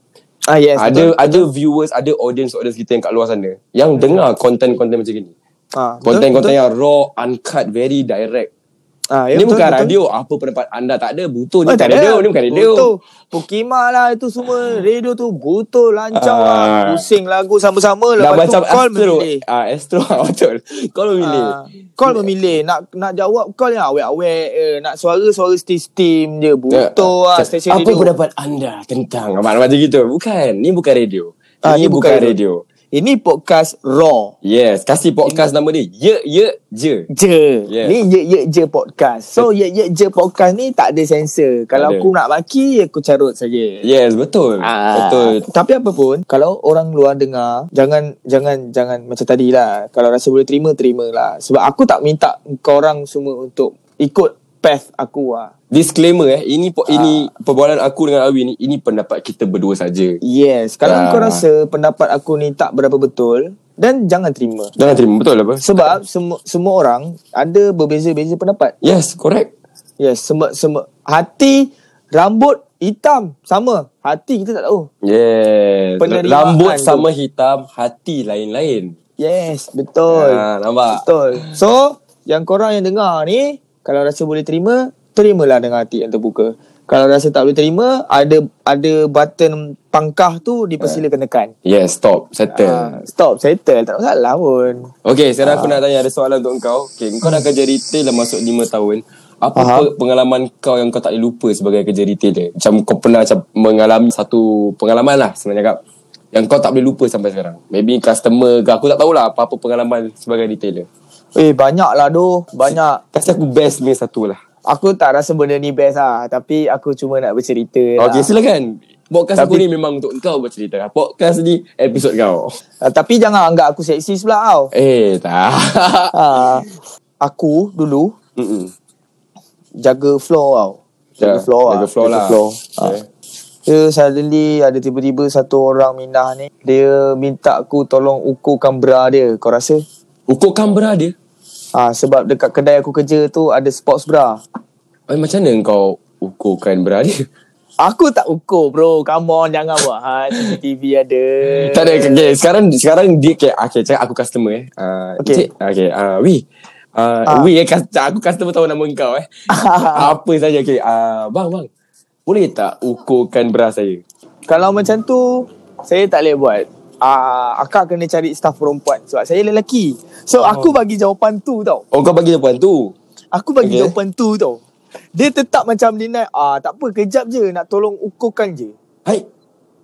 C: Ah yes.
B: ada ada viewers, ada audience audience kita yang kat luar sana yang dengar konten-konten macam ni.
C: ah, betul,
B: Konten-konten
C: betul.
B: yang raw, uncut, very direct.
C: ah, ya,
B: Ini
C: betul,
B: bukan
C: betul.
B: radio, apa pendapat anda tak ada, butuh ni
C: Oh,
B: bukan radio, ni bukan radio.
C: Betul. Pukima lah itu semua. Radio tu butuh lancar
B: Ah.
C: lah. Pusing lagu sama-sama.
B: Dah
C: Lepas
B: macam
C: tu call
B: Astro.
C: memilih.
B: Ah, Astro betul. Kau memilih.
C: Ah, call memilih. Nak nak jawab call yang awet-awet. Eh. Nak suara-suara steam-steam je. Butuh lah
B: Ah,
C: stesen
B: Ya. Apa
C: radio.
B: pendapat anda tentang Abang macam gitu Bukan Ni bukan radio
C: Ah,
B: Ini
C: ni
B: bukan
C: bukan
B: radio
C: Ini podcast raw.
B: Yes Kasih podcast nama dia Ye Ye Je
C: Je
B: Yes.
C: Ni ye ye je podcast So ye ye je podcast ni Tak ada sensor Kalau
B: ada.
C: aku nak maki Aku carut saja
B: Yes betul
C: Ah.
B: Betul
C: Tapi apa pun Kalau orang luar dengar Jangan Jangan Jangan macam tadi lah Kalau rasa boleh terima Terima lah Sebab aku tak minta Korang semua untuk Ikut path aku lah
B: Disclaimer eh Ini po- ini
C: Ah.
B: Perbualan aku dengan Awi ni Ini pendapat kita berdua saja
C: Yes Kalau
B: Ah.
C: kau rasa Pendapat aku ni Tak berapa betul Dan jangan terima
B: Jangan terima Betul apa
C: Sebab semua, semua orang Ada berbeza-beza pendapat
B: Yes correct
C: Yes Semua, semua Hati Rambut Hitam Sama Hati kita tak tahu
B: Yes
C: Penerimaan
B: Rambut
C: tu.
B: sama hitam Hati lain-lain
C: Yes Betul
B: Ah, Nampak
C: Betul. So, yang korang yang dengar ni, kalau rasa boleh terima, terimalah dengan hati yang terbuka. Kalau rasa tak boleh terima, ada ada button pangkah tu
B: Eh.
C: dipersilakan tekan.
B: Yes stop Settle
C: Uh, stop, settle. Tak ada masalah pun.
B: Okay, sekarang aku nak tanya ada soalan untuk kau. Okay, kau dah kerja retail dah masuk 5 tahun. Apa
C: Faham.
B: pe- pengalaman kau yang kau tak boleh lupa sebagai kerja retailer? Macam kau pernah macam mengalami satu pengalaman lah sebenarnya cakap. Yang kau tak boleh lupa sampai sekarang. Maybe customer ke aku tak tahulah apa-apa pengalaman sebagai retailer.
C: Eh, banyak lah doh. Banyak.
B: Kasih aku best ni satu lah.
C: Aku tak rasa benda ni best lah. Tapi aku cuma nak bercerita lah.
B: Oh, Okay, silakan. Podcast aku
C: Tapi-
B: ni memang untuk kau bercerita. lah. Podcast ni episod kau.
C: Ah, tapi jangan anggap aku seksi pula tau.
B: Eh, tak.
C: Ah, aku dulu
B: Mm-mm.
C: jaga floor tau. Jaga
B: Ya,
C: floor
B: Jaga floor lah.
C: Ah.
B: Okay.
C: Dia suddenly ada tiba-tiba satu orang minah ni Dia minta aku tolong ukurkan bra dia Kau rasa?
B: Ukurkan bra dia.
C: Ah ha, Sebab dekat kedai aku kerja tu ada sports bra
B: Eh, macam mana kau ukurkan bra dia?
C: Aku tak ukur bro Come on jangan buat ha, CCTV ada
B: Tak ada okay, Sekarang sekarang dia okay, okay, cakap aku customer eh uh, okay.
C: Okay.
B: Cik, okay uh, We uh,
C: Ah.
B: We eh kas- Aku customer tahu nama kau eh Apa saja okay, uh, Bang bang Boleh tak ukurkan beras saya
C: Kalau macam tu Saya tak boleh buat uh, akak kena cari staff perempuan sebab saya lelaki. So aku bagi jawapan tu tau.
B: Oh kau bagi jawapan tu
C: Aku bagi
B: Okay.
C: okay. jawapan tu tau. Dia tetap macam dia nak ah tak apa kejap je nak tolong ukurkan je.
B: Hai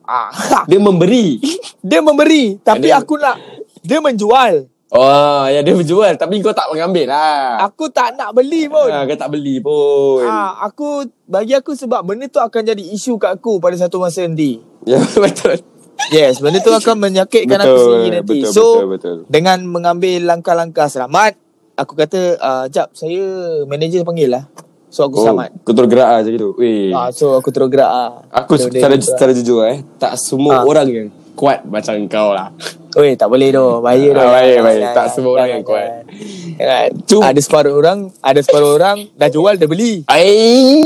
C: Ah
B: Dia memberi
C: dia memberi tapi
B: Dia-
C: aku nak dia menjual.
B: Oh ya dia menjual Tapi kau tak mengambil lah
C: Aku tak nak beli pun.
B: ha, Kau tak beli pun
C: Ah aku bagi aku sebab benda tu akan jadi isu kat aku pada satu masa nanti.
B: Ya betul
C: Yes, benda tu akan menyakitkan
B: Betul,
C: aku sendiri nanti.
B: betul,
C: so,
B: betul, betul.
C: dengan mengambil langkah-langkah selamat, aku kata, uh, jap, saya manager panggil lah. So, aku oh. selamat.
B: Kau terus gerak lah macam gitu Weh
C: Uh, so, aku terus gerak lah.
B: Aku
C: Benda-benda
B: secara,
C: gitu lah.
B: secara jujur eh Tak semua
C: Ah.
B: orang yang Kuat macam kau lah
C: Oi, tak boleh doh. Bahaya doh.
B: Ah, bahaya,
C: Jangan,
B: bahaya.
C: jangan,
B: Tak semua orang
C: jangan,
B: yang kuat.
C: jangan. Kan? Jangan.
B: Cuma-
C: Ada separuh orang, ada separuh orang dah jual, dah beli.
B: Ai,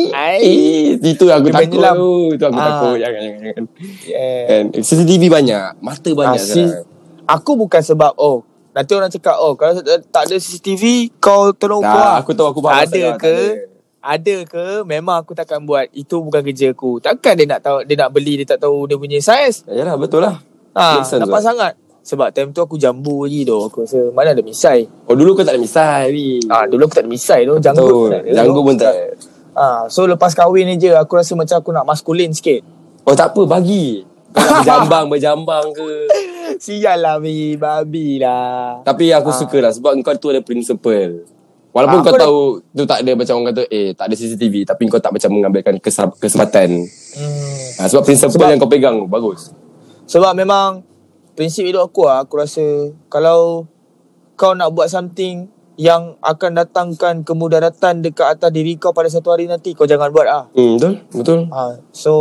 C: Ai.
B: ai, itu aku
C: Dia
B: takut
C: menyelam.
B: tu. Itu aku
C: Ah.
B: takut. Jangan jangan jangan.
C: Yeah.
B: Kan CCTV banyak, mata banyak
C: Ah, si-
B: sekarang.
C: Aku bukan sebab, oh, nanti orang cakap, oh, kalau tak- tak ada CCTV, kau tolong
B: Tak,
C: keluar.
B: aku tahu, aku faham
C: Oh, Ada
B: masalah, tak
C: ke?
B: ada.
C: ada ke memang aku takkan buat itu bukan kerja aku takkan dia nak tahu dia nak beli dia tak tahu dia punya saiz
B: Yalah betul lah. Make
C: ha
B: sense lah.
C: nampak sangat sebab time tu aku jambu je doh aku rasa mana ada misai
B: Oh dulu kau tak ada misai ni.
C: ha dulu aku tak ada misai doh janggut
B: Betul.
C: pun tak ada
B: Janggut
C: doh.
B: pun tak. ada.
C: ha so lepas kahwin ni je aku rasa macam aku nak maskulin sikit
B: Oh tak apa bagi. Kau nak berjambang berjambang ke.
C: sial lah mi babi lah
B: Tapi aku suka lah sebab kau tu ada principle. Walaupun
C: Ah,
B: kau
C: aku dah-
B: tahu tu tak ada macam orang kata eh tak ada CCTV tapi kau tak macam mengambilkan kesal- kesempatan.
C: hmm.
B: Ha, sebab prinsip
C: Sebab-
B: yang kau pegang bagus.
C: Sebab memang prinsip hidup aku lah, aku rasa kalau kau nak buat something yang akan datangkan kemudaratan dekat atas diri kau pada satu hari nanti kau jangan buat ah.
B: Hmm, betul? Betul.
C: Ha, so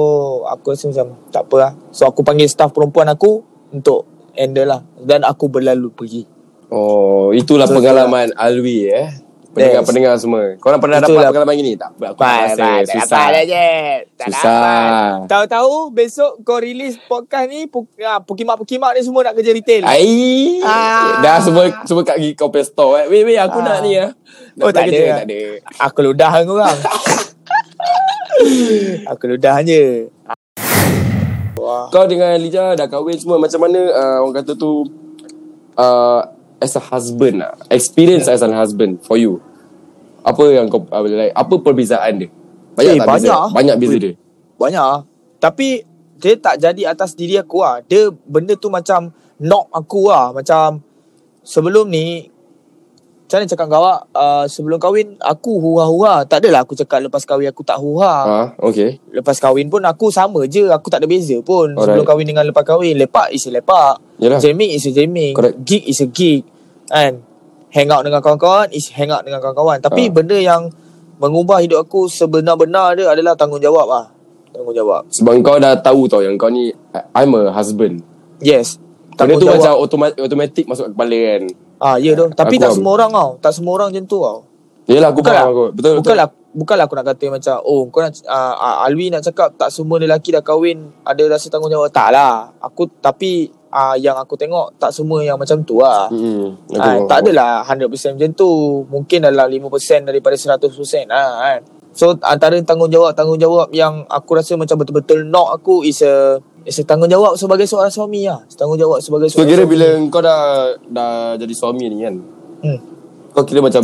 C: aku rasa macam tak apa lah. So aku panggil staff perempuan aku untuk handle lah dan aku berlalu pergi.
B: Oh, itulah
C: Betul,
B: pengalaman Alwi eh. Pendengar-pendengar semua. Kau orang pernah dapat
C: Itulah.
B: pengalaman gini tak? Aku tak rasa susah.
C: je.
B: Susah. Ah.
C: Tahu-tahu besok kau release podcast ni puk, ah, pukimak-pukimak ni semua nak kerja retail.
B: Ai.
C: Ah.
B: Dah semua semua kat pergi kau punya store eh. Weh weh aku
C: Ah.
B: nak ni ah. Nak
C: Oh, tak
B: kerja, tak
C: ada.
B: ada.
C: Aku ludah dengan orang Aku ludah je Wah.
B: Kau dengan Lija dah kahwin semua macam mana uh, orang kata tu uh, as a husband lah. Experience
C: Ya.
B: as a husband for you. Apa yang kau uh, like, apa perbezaan dia? Banyak
C: Eh,
B: tak beza?
C: banyak.
B: Banyak beza dia.
C: Banyak ah. Tapi Dia tak jadi atas diri aku lah Dia benda tu macam Knock aku lah Macam Sebelum ni Macam mana cakap dengan awak uh, Sebelum kahwin Aku hura-hura Tak adalah aku cakap Lepas kahwin aku tak hura
B: Ha, okay.
C: Lepas kahwin pun aku sama je Aku tak ada beza pun
B: Alright.
C: Sebelum kahwin dengan lepas kahwin Lepak is a lepak
B: Yalah.
C: Jamming is a jamming
B: Correct.
C: Gig is a gig Kan Hang out dengan kawan-kawan Is hang out dengan kawan-kawan
B: Ah.
C: Tapi benda yang Mengubah hidup aku Sebenar-benar dia adalah Tanggungjawab lah Tanggungjawab
B: Sebab kau dah tahu tau yang kau ni I- I'm a husband.
C: Yes
B: Benda tu macam automatik, automatik masuk kepala kan.
C: ah, Ya tu Tapi
B: Aku
C: tak
B: faham.
C: semua orang tau Tak semua orang macam tu tau
B: Yelah aku
C: Bukanlah
B: faham aku. Betul betul.
C: Bukanlah Bukanlah aku nak kata macam Oh kau nak ah, ah, Alwi nak cakap Tak semua lelaki dah kahwin Ada rasa tanggungjawab Tak lah Aku Tapi ah, Yang aku tengok Tak semua yang macam tu lah
B: Hmm, aku
C: Ha,
B: faham,
C: tak
B: aku faham.
C: adalah 100% macam tu. Mungkin dalam 5% daripada 100% lah kan. So antara tanggungjawab-tanggungjawab yang aku rasa macam betul-betul knock aku is a, is a tanggungjawab sebagai seorang suami lah. Tanggungjawab sebagai
B: So
C: seorang
B: kira
C: suami.
B: bila kau dah dah jadi suami ni kan.
C: Hmm.
B: Kau kira macam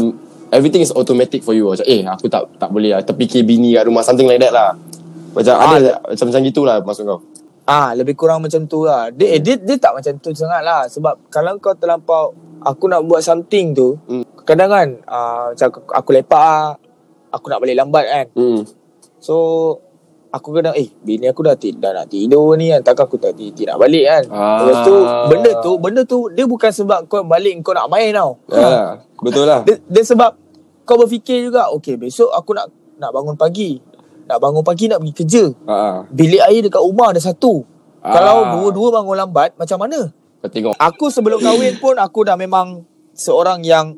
B: everything is automatic for you. Macam eh aku tak tak boleh lah terfikir bini kat rumah something like that lah. Macam ada macam macam gitulah maksud kau.
C: Ah, lebih kurang macam tu lah.
B: Hmm.
C: Dia, eh, dia, dia tak macam tu sangat lah. Sebab kalau kau terlampau, aku nak buat something tu,
B: Hmm.
C: kadang kan, ah, macam aku, aku lepak lah, aku nak balik lambat kan.
B: Hmm.
C: So, aku kena, eh, bini aku dah, ti- dah nak tidur ni kan. Takkan aku tak, ti- tidak balik kan.
B: Ah.
C: Lepas tu, benda tu, benda tu, dia bukan sebab kau balik kau nak main tau. Ha.
B: Ya, betul lah.
C: Ah. Dia, dia sebab kau berfikir juga, okay, besok aku nak nak bangun pagi. Nak bangun pagi, nak pergi kerja.
B: Ha ah.
C: Bilik air dekat rumah ada satu.
B: Ah.
C: Kalau dua-dua bangun lambat, macam mana?
B: Kau tengok.
C: Aku sebelum kahwin pun, aku dah memang seorang yang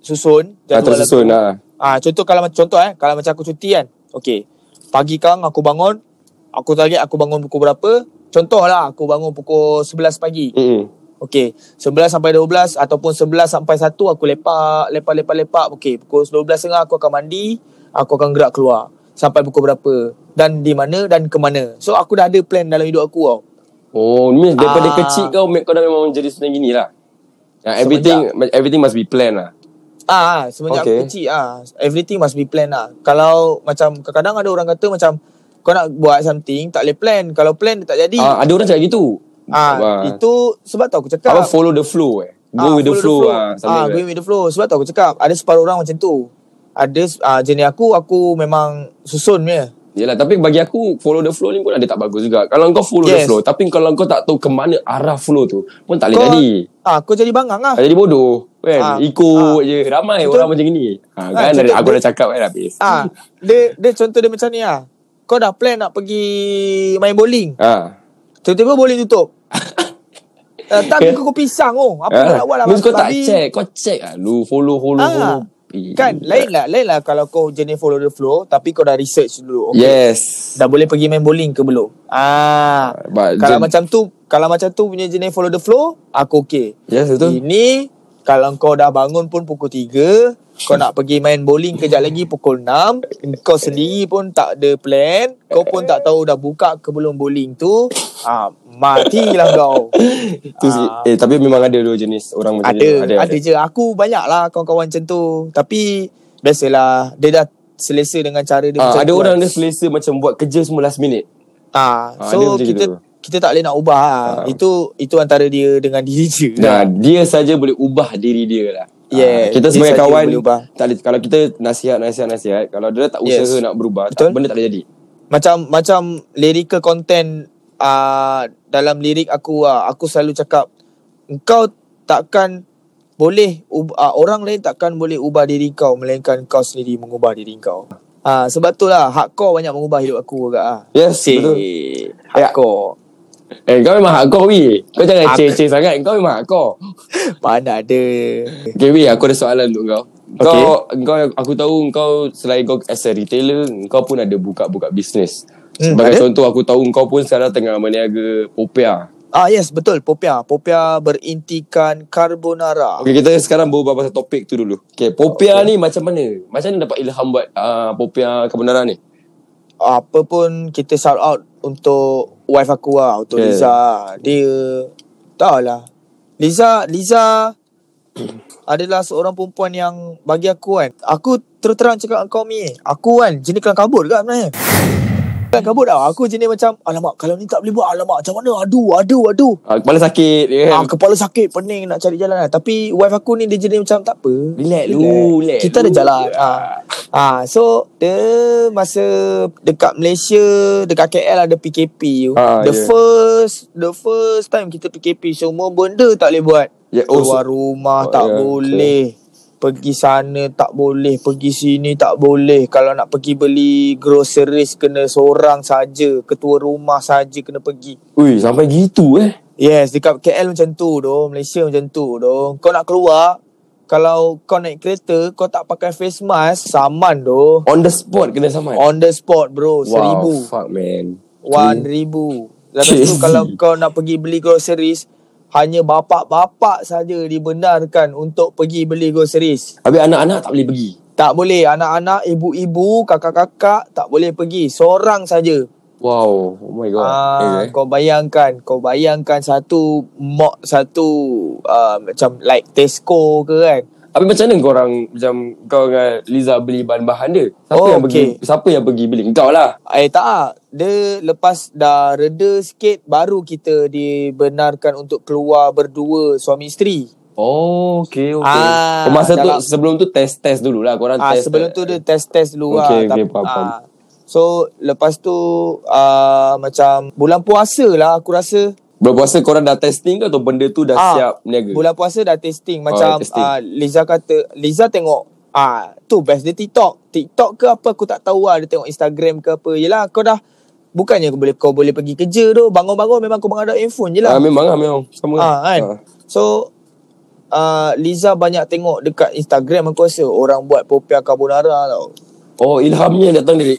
C: susun.
B: Dah
C: jadual aku.
B: tersusun lah.
C: Ah, contoh kalau contoh eh, kalau macam aku cuti kan. Okey. Pagi kang aku bangun, aku target aku bangun pukul berapa? Contohlah aku bangun pukul 11 pagi.
B: Hmm.
C: Okey, 11 sampai 12 ataupun 11 sampai 1 aku lepak, lepak lepak lepak. Okey, pukul 12.30 aku akan mandi, aku akan gerak keluar. Sampai pukul berapa dan di mana dan ke mana. So aku dah ada plan dalam hidup aku tau.
B: Oh, means daripada
C: Ah.
B: kecil kau make kau dah memang jadi macam gini lah. Ya, everything everything must be planned lah.
C: Ah, ah, semenjak
B: Okay.
C: okay. aku kecil ah, everything must be planned lah. Kalau macam kadang-kadang ada orang kata macam kau nak buat something tak boleh plan. Kalau plan dia tak jadi.
B: Ah, ada orang cakap gitu.
C: Ah, itu sebab tu aku cakap.
B: apa follow the flow eh. Go with the
C: follow
B: flow, ah,
C: Ah,
B: something
C: go
B: like that.
C: with the flow. Sebab tu aku cakap ada separuh orang macam tu. Ada ah, jenis aku aku memang susun punya.
B: Yelah tapi bagi aku follow the flow ni pun ada tak bagus juga. Kalau kau follow the
C: Yes.
B: flow tapi kalau kau tak tahu ke mana arah flow tu pun tak boleh
C: Kau-
B: jadi.
C: Ah, kau jadi bangang lah.
B: Tak jadi bodoh kan.
C: Ah,
B: Ikut
C: ah.
B: je ramai
C: Betul.
B: orang macam ni. Ha,
C: Ah,
B: kan
C: betul.
B: aku dah cakap kan habis.
C: Ah, dia dia contoh dia macam ni ah. Kau dah plan nak pergi main bowling.
B: Ah.
C: Tiba-tiba bowling tutup. uh, tak
B: Okay.
C: kau kau pisang oh. Apa
B: Ah.
C: kau nak buat lah
B: Means kau tak
C: babi?
B: check Kau check lah Lu follow follow, follow.
C: Ah, kan lain lah lain lah kalau kau jenis follow the flow tapi kau dah research dulu. Okay.
B: Yes
C: Dah boleh pergi main bowling ke belum? Ah.
B: But
C: Kalau
B: jen-
C: macam tu Kalau macam tu punya jenis follow the flow Aku okay
B: Yes betul
C: Ini Kalau kau dah bangun pun pukul 3 Kau nak pergi main bowling kejap lagi pukul 6 Kau sendiri pun tak ada plan Kau pun tak tahu dah buka ke belum bowling tu ah, Matilah kau
B: tu, si-
C: Ah.
B: Eh tapi memang ada dua jenis Orang macam
C: ada,
B: tu.
C: ada, ada je Aku banyak lah kawan-kawan macam tu Tapi Biasalah Dia dah selesa dengan cara dia
B: Ah,
C: macam
B: ada
C: tu
B: orang
C: kan.
B: dia selesa macam buat kerja semua last minute.
C: ah,
B: Ah, dia
C: So
B: macam
C: kita
B: gitu.
C: kita tak boleh nak ubah ah.
B: Ah.
C: Itu itu antara dia dengan diri dia
B: Nah, dia saja boleh ubah diri Ya. dia lah.
C: Yeah,
B: Ah, kita
C: dia
B: sebagai
C: saja
B: kawan
C: boleh ubah.
B: tak boleh, kalau kita nasihat nasihat nasihat, kalau dia tak
C: Yes.
B: usaha nak berubah, tak,
C: Betul.
B: benda tak boleh jadi.
C: macam macam lyrical content uh, dalam lirik aku uh, aku selalu cakap engkau takkan boleh ub- uh, orang lain takkan boleh ubah diri kau melainkan kau sendiri mengubah diri kau. Ah uh, sebab itulah hardcore banyak mengubah hidup aku agak ah.
B: Yes, betul. Ya.
C: Hardcore.
B: Eh, kau memang hardcore weh. Kau jangan
C: Aku-
B: ceh-ceh sangat. Kau memang hardcore.
C: Mana ada.
B: Okay weh, aku ada soalan untuk kau. Kau, kau aku tahu kau selain kau as a retailer, kau pun ada buka-buka bisnes.
C: Hmm,
B: Sebagai
C: ada.
B: contoh, aku tahu kau pun sekarang tengah meniaga Popea.
C: Ah yes betul popia. Popia berintikan carbonara.
B: Okay, kita sekarang berubah pasal topik tu dulu. Okay, Popia ni macam mana? Macam mana dapat ilham buat uh, Popia Carbonara ni?
C: apa pun kita shout out untuk wife aku lah untuk
B: Okay.
C: yeah. Liza dia tak lah Liza Liza adalah seorang perempuan yang bagi aku kan aku terus terang cakap dengan kau Mi aku kan jenis kelang kabut juga sebenarnya kelang kabut tau aku jenis macam alamak kalau ni tak boleh buat alamak macam mana aduh aduh aduh
B: Uh, kepala sakit, ya kan?
C: Ah, kepala sakit pening nak cari jalan lah. Tapi wife aku ni dia jenis macam tak apa.
B: Relax dulu, relax
C: Kita ada
B: dulu.
C: jalan. Ah. Ah, so dia masa dekat Malaysia, dekat KL ada PKP you.
B: Ah,
C: the
B: yeah.
C: first the first time kita PKP semua benda tak boleh buat.
B: Yeah, oh,
C: Keluar
B: so-
C: rumah
B: Oh,
C: tak
B: yeah,
C: boleh. Pergi sana tak boleh, pergi sini tak boleh. Kalau nak pergi beli groceries kena seorang saja, ketua rumah saja kena pergi.
B: Ui, sampai gitu eh.
C: Yes, dekat KL macam tu doh, Malaysia macam tu doh. Kau nak keluar, kalau kau naik kereta, kau tak pakai face mask, saman doh.
B: On the spot kena sama.
C: On the spot
B: wow,
C: bro, seribu.
B: fuck man.
C: One ribu. Lepas tu
B: Crazy.
C: kalau kau nak pergi beli groceries, hanya bapak-bapak saja dibenarkan untuk pergi beli groceries.
B: Habis anak-anak tak boleh pergi.
C: Tak boleh anak-anak, ibu-ibu, kakak-kakak tak boleh pergi. Seorang saja.
B: Wow, oh my god.
C: Ah,
B: eh.
C: kau bayangkan, kau bayangkan satu mok satu uh, macam like Tesco ke kan.
B: Habis macam mana korang macam kau dengan Liza beli bahan-bahan dia? Siapa
C: Oh,
B: yang
C: okay.
B: pergi siapa yang pergi beli? Kau lah.
C: Eh tak ah. dia lepas dah reda sikit baru kita dibenarkan untuk keluar berdua suami isteri.
B: Oh, okay, okay.
C: Ah,
B: Ah, masa tu
C: dalam-
B: sebelum tu test-test dululah korang
C: Ah
B: test.
C: sebelum tu dia test-test dulu
B: Okey,
C: lah.
B: okey,
C: Tapi-
B: faham, faham.
C: ah. So lepas tu uh, macam bulan puasa lah aku rasa.
B: Berpuasa korang dah testing ke atau benda tu dah
C: Ah,
B: siap niaga?
C: Bulan puasa dah testing
B: Oh,
C: macam
B: testing.
C: ah, Liza kata Liza tengok ah tu best dia TikTok. TikTok ke apa aku tak tahu lah dia tengok Instagram ke apa. Yelah kau dah bukannya kau boleh kau boleh pergi kerja tu bangun-bangun memang kau mengadap handphone je
B: Ah,
C: lah.
B: memang lah, memang. Sama.
C: ah kan. So ah, Liza banyak tengok dekat Instagram aku rasa orang buat popia carbonara tau.
B: Oh, ilhamnya datang dari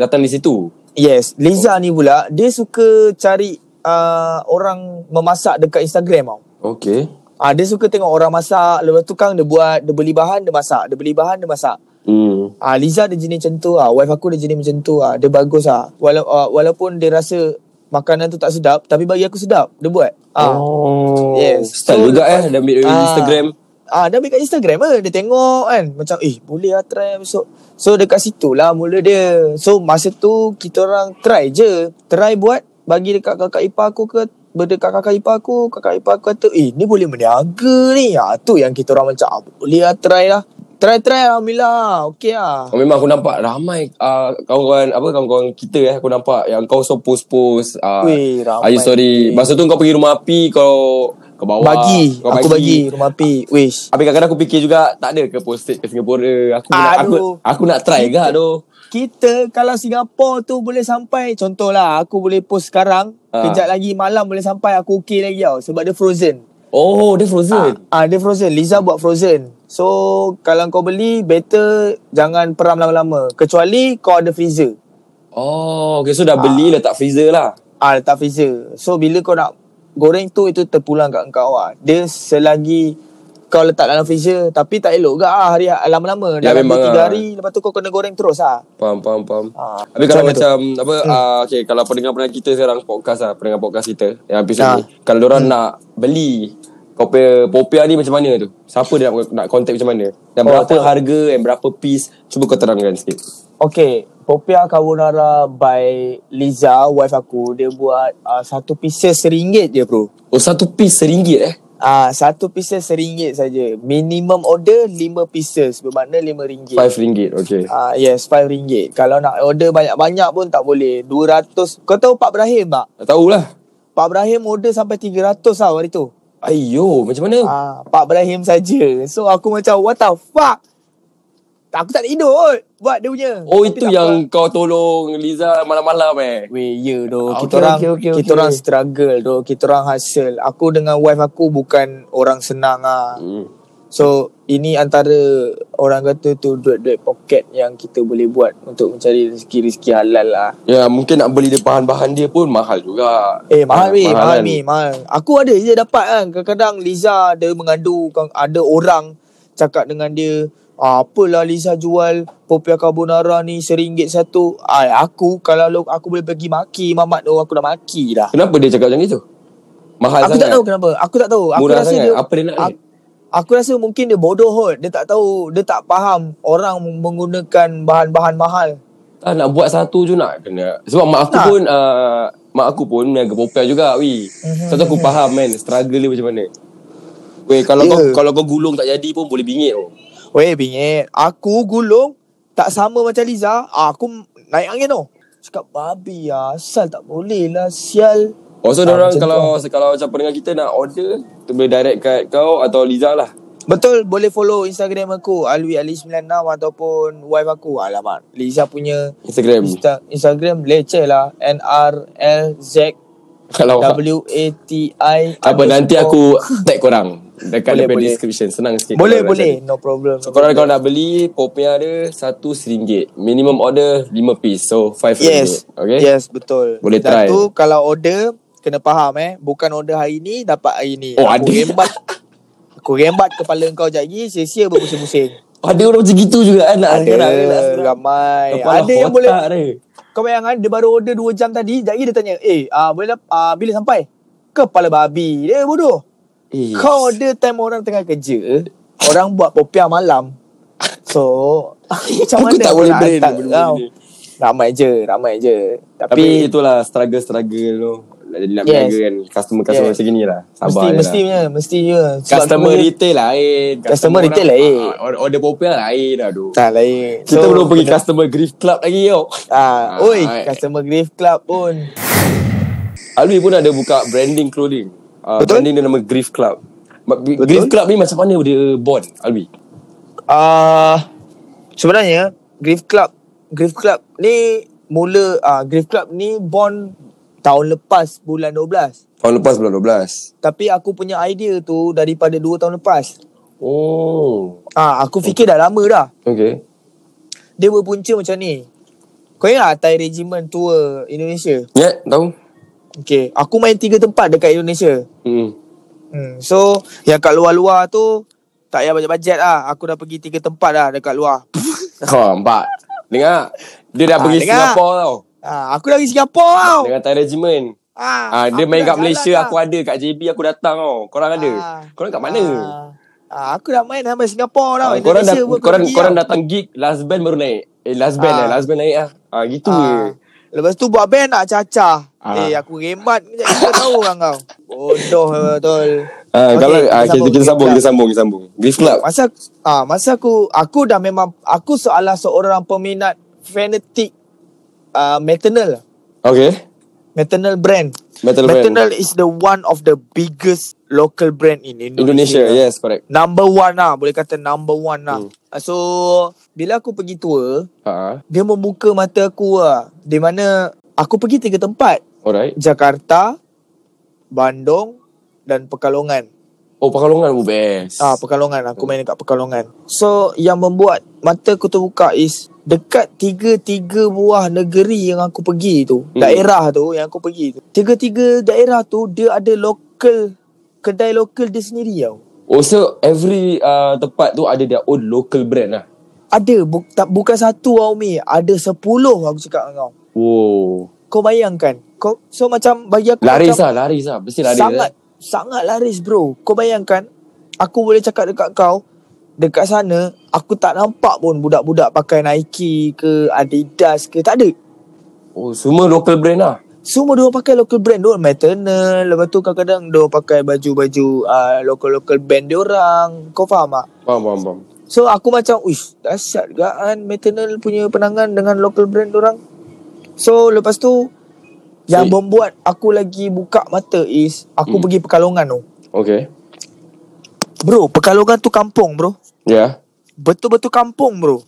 B: datang di situ.
C: Yes, Liza ni pula dia suka cari ah, orang memasak dekat Instagram tau.
B: Okay.
C: Ah dia suka tengok orang masak, lepas tu kang dia buat, dia beli bahan dia masak, dia beli bahan dia masak.
B: Hmm.
C: Ah Liza dia jenis macam tu ah, wife aku dia jenis macam tu ah, dia bagus ah. Wala, ah walaupun dia rasa makanan tu tak sedap tapi bagi aku sedap dia buat. Ah.
B: Oh.
C: Yes.
B: Style
C: So,
B: juga eh.
C: lepas-
B: Dia ambil dari
C: Ah.
B: Instagram.
C: Ah, dia ambil kat Instagram ke Dia tengok kan Macam eh boleh lah try besok So dekat situ lah mula dia So masa tu kita orang try je Try buat Bagi dekat kakak ipar aku ke Berdekat kakak ipar aku Kakak ipar aku kata Eh ni boleh meniaga ni ah, Tu yang kita orang macam ah, Boleh lah try lah Try-try Alhamdulillah Okay lah
B: Oh, memang aku nampak ramai uh, kawan-kawan apa kawan-kawan kita eh aku nampak yang kau so post-post uh,
C: Weh, ramai.
B: Ayu story. Masa tu kau pergi rumah api kau kau bawa
C: Bagi
B: kau
C: Aku bagi rumah api
B: Habis
C: Wish
B: kadang-kadang aku fikir juga tak ada ke postage ke Singapura. Aku nak, aku
C: Aduh.
B: aku nak try juga tu.
C: Kita kalau Singapura tu boleh sampai Contohlah aku boleh post sekarang
B: Ah.
C: Kejap lagi malam boleh sampai Aku okay lagi tau Sebab dia frozen
B: Oh, dia frozen.
C: Ah, ah, dia frozen. Liza buat frozen. So, kalau kau beli, better jangan peram lama-lama. Kecuali kau ada freezer.
B: Oh, okay so dah beli letak freezer lah.
C: Ah, letak freezer. So, bila kau nak goreng tu, itu terpulang kat kau lah. Dia selagi kau letak dalam freezer. Tapi tak elok ke ah, hari lama-lama.
B: Ya,
C: Dalam
B: memang
C: 2-3
B: ah.
C: hari, lepas tu kau kena goreng terus lah.
B: Faham, faham, faham.
C: Ah,
B: Habis kalau
C: macam Hmm.
B: macam apa ah, okay, kalau pendengar-pendengar kita sekarang podcast lah, pendengar podcast kita yang episod
C: Ah.
B: ni. Kalau orang nak beli kopi popia ni macam mana tu? Siapa dia nak nak contact macam mana? Dan
C: Oh,
B: berapa
C: tak.
B: harga and berapa piece? Cuba kau terangkan sikit.
C: Okay, Popia Carbonara by Liza, wife aku. Dia buat ah, satu pieces seringgit je, bro.
B: Oh, satu piece seringgit eh.
C: Ah, satu pieces seringgit saja. Minimum order lima pieces. Bermakna lima ringgit.
B: Five ringgit, okay.
C: Ah, yes, five ringgit. Kalau nak order banyak-banyak pun tak boleh. Dua ratus. Kau tahu Pak Ibrahim tak?
B: Tak tahulah.
C: Pak Ibrahim order sampai tiga ratus tau hari tu.
B: Ayo, macam mana?
C: Ah, Pak Ibrahim saja. So aku macam what the fuck? Aku tak tidur kot. Buat dia punya.
B: Oh
C: Tapi
B: itu
C: tak
B: yang kau tolong Liza malam-malam eh.
C: apa. Weh, ya doh.
B: Ah,
C: Kita
B: okay,
C: orang
B: okay, okay,
C: kita
B: okay.
C: orang struggle doh. Kita orang hustle. Aku dengan wife aku bukan orang senang ah.
B: Hmm.
C: So ini antara orang kata tu duit-duit poket yang kita boleh buat untuk mencari rezeki-rezeki halal lah.
B: Ya mungkin nak beli dia bahan-bahan dia pun mahal juga.
C: Eh mahal weh,
B: Mahalan.
C: mahal ni, mahal. Aku ada je dapat kan. Kadang-kadang Liza dia mengadu kan- ada orang cakap dengan dia Ah, apalah Liza jual Popia Carbonara ni seringgit satu Ay, Aku kalau lo- aku boleh pergi maki Mamat tu aku dah maki dah
B: Kenapa dia cakap macam itu? Mahal
C: Aku
B: sangat.
C: tak tahu kenapa Aku tak tahu aku
B: Murah
C: rasa
B: sangat.
C: dia,
B: Apa dia nak ni?
C: aku, aku rasa mungkin dia bodoh kot Dia tak tahu Dia tak faham Orang menggunakan bahan-bahan mahal
B: Tak Ah, nak buat satu je nak kena. Sebab mak aku
C: Tak.
B: pun uh, mak aku pun niaga popel juga weh.
C: Mhm.
B: Satu aku faham kan struggle dia macam mana. Weh kalau
C: Ya.
B: kau kalau kau gulung tak jadi pun boleh bingit oh.
C: Weh bingit Aku gulung Tak sama macam Liza ah, Aku naik angin tu Cakap babi lah Asal tak boleh lah Sial
B: Also
C: Ah,
B: ah, orang
C: macam
B: kalau kalau macam pendengar kita nak order, tu boleh direct kat kau atau Liza lah.
C: Betul boleh follow Instagram aku Alwi Ali 96 Ataupun wife aku Alamak Liza punya
B: Instagram.
C: Insta- Instagram leceh lah N-R-L-Z
B: Kalau
C: W-A-T-I
B: Apa nanti aku tag korang dekat
C: Boleh,
B: boleh,
C: boleh.
B: description. Senang sikit.
C: Boleh
B: korang nak
C: boleh
B: cari.
C: No problem
B: So korang kalau nak beli popia dia satu RM1. Minimum order 5 piece. So 5
C: Yes
B: ringgit. Okay?
C: Yes betul
B: Boleh
C: Dan
B: try.
C: tu kalau order Kena faham eh Bukan order hari ni Dapat hari ni
B: Oh,
C: Aku
B: ada.
C: rembat Aku rembat kepala kau sekejap lagi Sia-sia berpusing-pusing
B: Ada orang macam gitu juga kan nak
C: Ada Eh, lah, ramai Ada yang boleh Kau bayangkan Dia baru order 2 jam tadi Sekejap lagi dia tanya Eh ah, boleh, ah, bila sampai Kepala babi Dia bodoh
B: Eh,
C: Kau order time orang tengah kerja Orang buat popiah malam So Macam
B: Aku
C: mana
B: tak
C: aku
B: boleh
C: nak
B: brain
C: hantar
B: benda-benda
C: kau?
B: ni.
C: Ramai je Ramai je
B: tapi
C: Tapi,
B: itulah struggle-struggle tu. Jadi nak yes.
C: Yes.
B: kan customer-customer
C: Yes.
B: macam ni lah.
C: Mesti
B: Sabar je
C: mesti
B: lah.
C: punya Mesti punya Sebab
B: Customer
C: benda-
B: retail lain.
C: Customer retail
B: orang-
C: lain.
B: ah, ah, Order popia lain aduh.
C: Tak lain
B: Kita
C: So,
B: belum pergi
C: benda-
B: customer grief club lagi tau.
C: Ah, oi,
B: Ah,
C: customer grief club pun.
B: Alwi pun ada buka branding clothing. Uh,
C: Betul?
B: Branding dia nama Grief Club. Betul? Grief Club ni macam mana dia born, Alwi?
C: Ah, sebenarnya grief club, grief club ni mula ah grief club ni born tahun lepas bulan 12.
B: Tahun lepas bulan 12.
C: Tapi aku punya idea tu daripada 2 tahun lepas.
B: Oh.
C: Ah, aku fikir dah lama dah.
B: Okay.
C: Dia berpunca macam ni. Kau ingat Thai Regiment tua Indonesia?
B: Ya, yeah, tahu?
C: Okay, aku main tiga tempat dekat Indonesia.
B: Hmm.
C: Hmm, so yang kat luar-luar tu tak payah bajet-bajet lah. Aku dah pergi tiga tempat dah dekat luar.
B: Ha, nampak. Dengar. Dia dah
C: Ah,
B: pergi
C: dengar.
B: Singapura tau.
C: Ah, aku dari Singapura tau.
B: Dengan Thai Regiment. Ah, dia
C: aku
B: main
C: dah
B: kat
C: jalan
B: Malaysia,
C: dah.
B: aku ada kat JB, aku datang tau. Korang ada.
C: Ah.
B: Korang kat mana?
C: Ah, ah, aku dah main sampai Singapore tau.
B: Ah,
C: Indonesia
B: korang dah
C: pun aku
B: korang
C: pergi
B: korang
C: tau.
B: datang gig last band baru naik. Eh last band
C: Ah.
B: lah, last band naik ah. Ah gitu
C: Ah.
B: je.
C: Lepas tu buat band nak cacah.
B: Ah.
C: Eh aku rembat kejap kau tahu orang kau. Bodoh betul.
B: Ah,
C: Okey,
B: kalau ah, kita, kita, sambung,
C: Grief
B: kita sambung, kita sambung. Grief
C: Club.
B: Club.
C: Masa ah masa aku aku dah memang aku seolah seorang peminat fanatik uh, maternal
B: Okay.
C: maternal brand.
B: Metal band.
C: Maternal is the one of the biggest local brand in Indonesia.
B: Indonesia, yes, correct.
C: Number one lah Boleh kata number one lah
B: Hmm.
C: hmm. So Bila aku pergi tour
B: Ah,
C: Dia membuka mata aku lah Di mana Aku pergi tiga tempat
B: alright.
C: Jakarta Bandung Dan Pekalongan
B: Oh, Pakalongan pun best.
C: Ah Pekalongan Aku main dekat Pekalongan So yang membuat Mata aku terbuka is Dekat tiga-tiga buah negeri Yang aku pergi tu
B: Hmm.
C: hmm. Daerah tu Yang aku pergi tu Tiga-tiga daerah tu Dia ada local Kedai lokal dia sendiri tau
B: Oh, so every uh, tempat tu ada their own local brand lah.
C: Ada bu- tak, Bukan satu Aumi Ada sepuluh Aku cakap dengan kau
B: Wow.
C: Kau bayangkan kau, So macam Bagi aku
B: Laris
C: macam,
B: lah, laris lah. Mesti laris
C: Sangat Sangat laris bro Kau bayangkan Aku boleh cakap dekat kau Dekat sana Aku tak nampak pun Budak-budak pakai Nike ke Adidas ke Tak ada
B: eh. Oh, semua local brand lah.
C: Semua dia orang pakai local brand Dia orang maternal Lepas tu kadang-kadang Dia orang pakai baju-baju uh, Local-local band dia orang Kau faham tak?
B: Faham, faham, faham.
C: So aku macam Uish dahsyat juga kan Maternal punya penangan Dengan local brand orang. So lepas tu Yang
B: So-
C: membuat aku lagi buka mata is Aku
B: Hmm.
C: pergi Pekalongan tu
B: Okay.
C: Bro Pekalongan tu kampung bro
B: Yeah.
C: Betul-betul kampung bro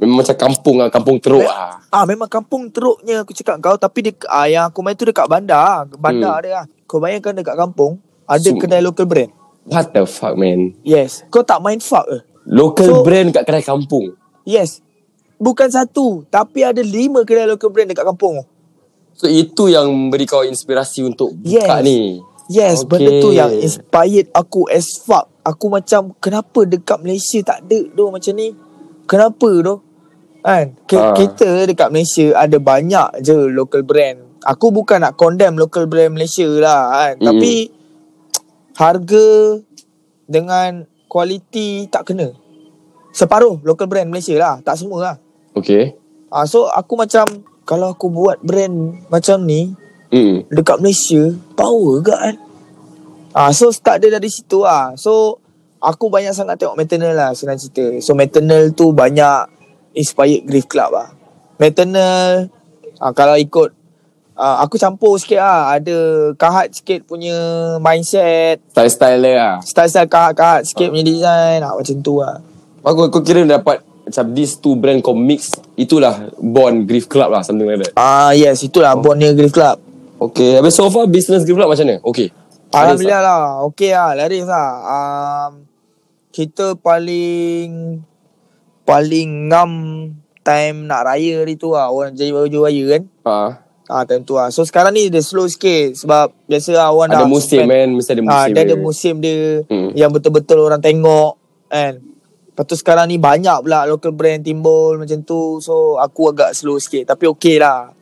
B: Ya. Memang macam kampung lah, kampung teruk lah.
C: Ah memang kampung teruknya aku cakap kau Tapi dek, ah, yang aku main tu dekat bandar Bandar hmm. dia lah Kau bayangkan dekat kampung Ada
B: So-
C: kedai local brand
B: What the fuck, man?
C: Yes Kau tak main fuck eh
B: Local
C: So-
B: brand kat kedai kampung.
C: Yes Bukan satu Tapi ada lima kedai local brand dekat kampung
B: So, itu yang beri kau inspirasi untuk buka
C: Yes.
B: ni. Okay.
C: Yes, okay. benda tu yang inspired aku as fuck. Aku macam kenapa dekat Malaysia tak ada doh macam ni? Kenapa doh? Kan? K-
B: Ah.
C: Kita dekat Malaysia ada banyak je local brand. Aku bukan nak condemn local brand Malaysia lah kan.
B: Mm.
C: Tapi harga dengan kualiti tak kena. Separuh local brand Malaysia lah. Tak semua lah.
B: Okay.
C: Ah, so aku macam kalau aku buat brand macam ni
B: Hmm.
C: dekat Malaysia power ke kan ah so start dia dari situ ah so aku banyak sangat tengok maternal lah senang cerita so maternal tu banyak inspired grief club ah maternal ah, kalau ikut ah, aku campur sikit ah ada kahat sikit punya mindset
B: Style-style dia lah.
C: style-style kahat-kahat sikit punya design ah macam tu ah
B: Aku, aku kira dapat macam these two brand kau mix. Itulah Bond Grief Club lah, something like that.
C: ah yes itulah oh. bondnya grief club
B: Okay, habis so far business Grief Club macam mana? Okay.
C: Alhamdulillah lah Okay lah Laris lah um, Kita paling Paling ngam Time nak raya hari tu lah Orang jadi baju raya kan
B: Ha,
C: Ah time tu lah So sekarang ni dia slow sikit Sebab Biasa lah orang
B: ada
C: dah
B: musim
C: spend-
B: kan, mesti ada
C: ah,
B: musim.
C: Dia ada musim dia
B: Hmm.
C: hmm. Yang betul-betul orang tengok Kan Lepas tu sekarang ni banyak pula Local brand timbul macam tu So aku agak slow sikit Tapi okay lah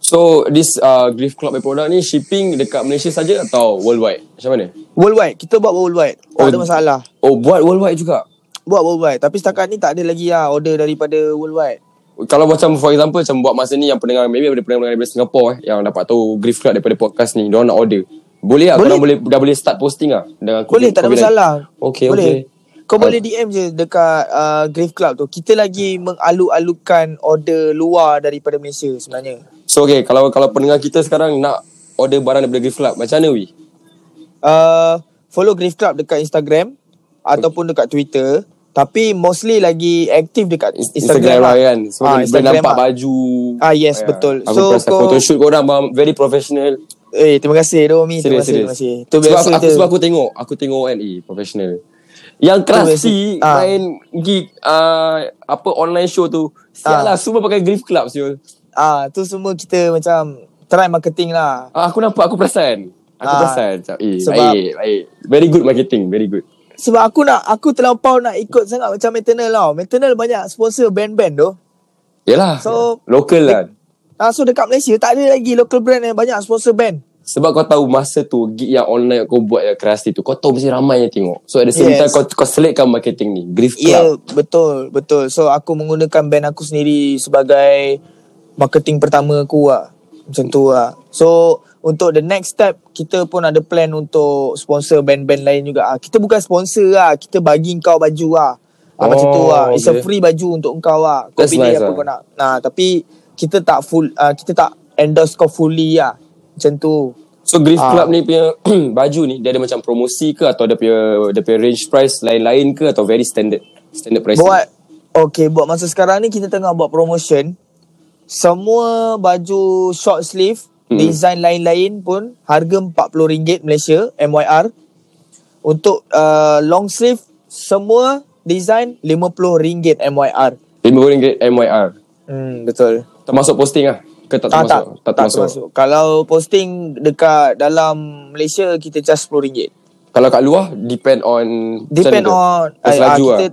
B: So this uh, Grief Club punya produk ni shipping dekat Malaysia saja atau worldwide? Macam mana?
C: Worldwide Kita buat worldwide Tak
B: Oh.
C: ada masalah
B: Oh, buat worldwide juga.
C: Buat worldwide Tapi setakat ni tak ada lagi lah Order daripada worldwide
B: Kalau macam for example macam buat masa ni yang pendengar maybe ada pendengar daripada Singapore eh, yang dapat tahu Grief Club daripada podcast ni, diorang nak order. Boleh lah,
C: Boleh.
B: boleh. boleh dah boleh start posting lah dengan
C: Boleh tak ada masalah
B: Okay, okay.
C: boleh. Kau
B: Ah.
C: boleh DM je dekat uh, Grave Club tu Kita lagi mengalu-alukan order luar daripada Malaysia sebenarnya
B: So okay, kalau kalau pendengar kita sekarang nak order barang daripada Grief Club, macam mana we?
C: uh, Follow Grave Club dekat Instagram Ataupun dekat Twitter Tapi mostly lagi aktif dekat
B: Instagram,
C: Instagram,
B: lah
C: lah
B: kan Sebab
C: Ah,
B: ah, boleh
C: Instagram
B: nampak
C: lah.
B: baju
C: Ah, yes, betul.
B: Aku
C: So,
B: perasan
C: kau-
B: photoshoot korang bang Very professional
C: Eh terima kasih Domi
B: Serius
C: Terima kasih
B: serius
C: Terima kasih Tu
B: sebab
C: biasa
B: aku, aku,
C: je
B: sebab aku tengok Aku tengok kan Eh professional Yang keras
C: biasa.
B: si
C: Ah.
B: Main gig ah, Apa online show tu Sialah semua pakai Griff Club siul
C: Ah tu semua kita macam Try marketing lah
B: ah, Aku nampak aku perasan Aku
C: Ah.
B: perasan Macam, Eh
C: Sebab-
B: baik baik Very good marketing Very good
C: Sebab aku nak Aku terlampau nak ikut sangat Macam Maternal tau Maternal banyak sponsor band-band tu
B: Yelah
C: So-
B: Local lah
C: Ah, so dekat Malaysia tak ada lagi local brand yang banyak sponsor band.
B: Sebab kau tahu masa tu gig yang online kau buat yang kerasi tu kau tahu mesti ramai yang tengok. So at the same
C: Yes.
B: time kau kau selitkan marketing ni. Grief
C: Ya,
B: Club.
C: yeah, betul, betul. So aku menggunakan band aku sendiri sebagai marketing pertama aku lah. Macam tu lah. So untuk the next step kita pun ada plan untuk sponsor band-band lain juga ah. Kita bukan sponsor lah, kita bagi kau baju lah. Ah, macam tu
B: Oh,
C: lah. It's a
B: okay.
C: free baju untuk kau lah. Kau
B: That's
C: pilih
B: nice
C: apa
B: lah.
C: kau nak. Nah, tapi kita tak full ah, kita tak endorse kau fully lah. Macam tu.
B: So Grief
C: Ah.
B: Club ni punya baju ni dia ada macam promosi ke atau dia punya dia punya range price lain-lain ke atau very standard standard price.
C: Buat Okay buat masa sekarang ni Kita tengah buat promotion Semua baju short sleeve
B: Hmm.
C: Design lain-lain pun Harga RM40 Malaysia MYR Untuk uh, long sleeve Semua design RM50 MYR
B: RM50 MYR.
C: Hmm betul
B: Termasuk posting ah. Ke tak
C: Ah,
B: termasuk?
C: tak, tak, tak termasuk. Kalau posting dekat dalam Malaysia kita charge RM10.
B: Kalau kat luar depend on
C: Depend on
B: Terus
C: ah,
B: laju lah.
C: kita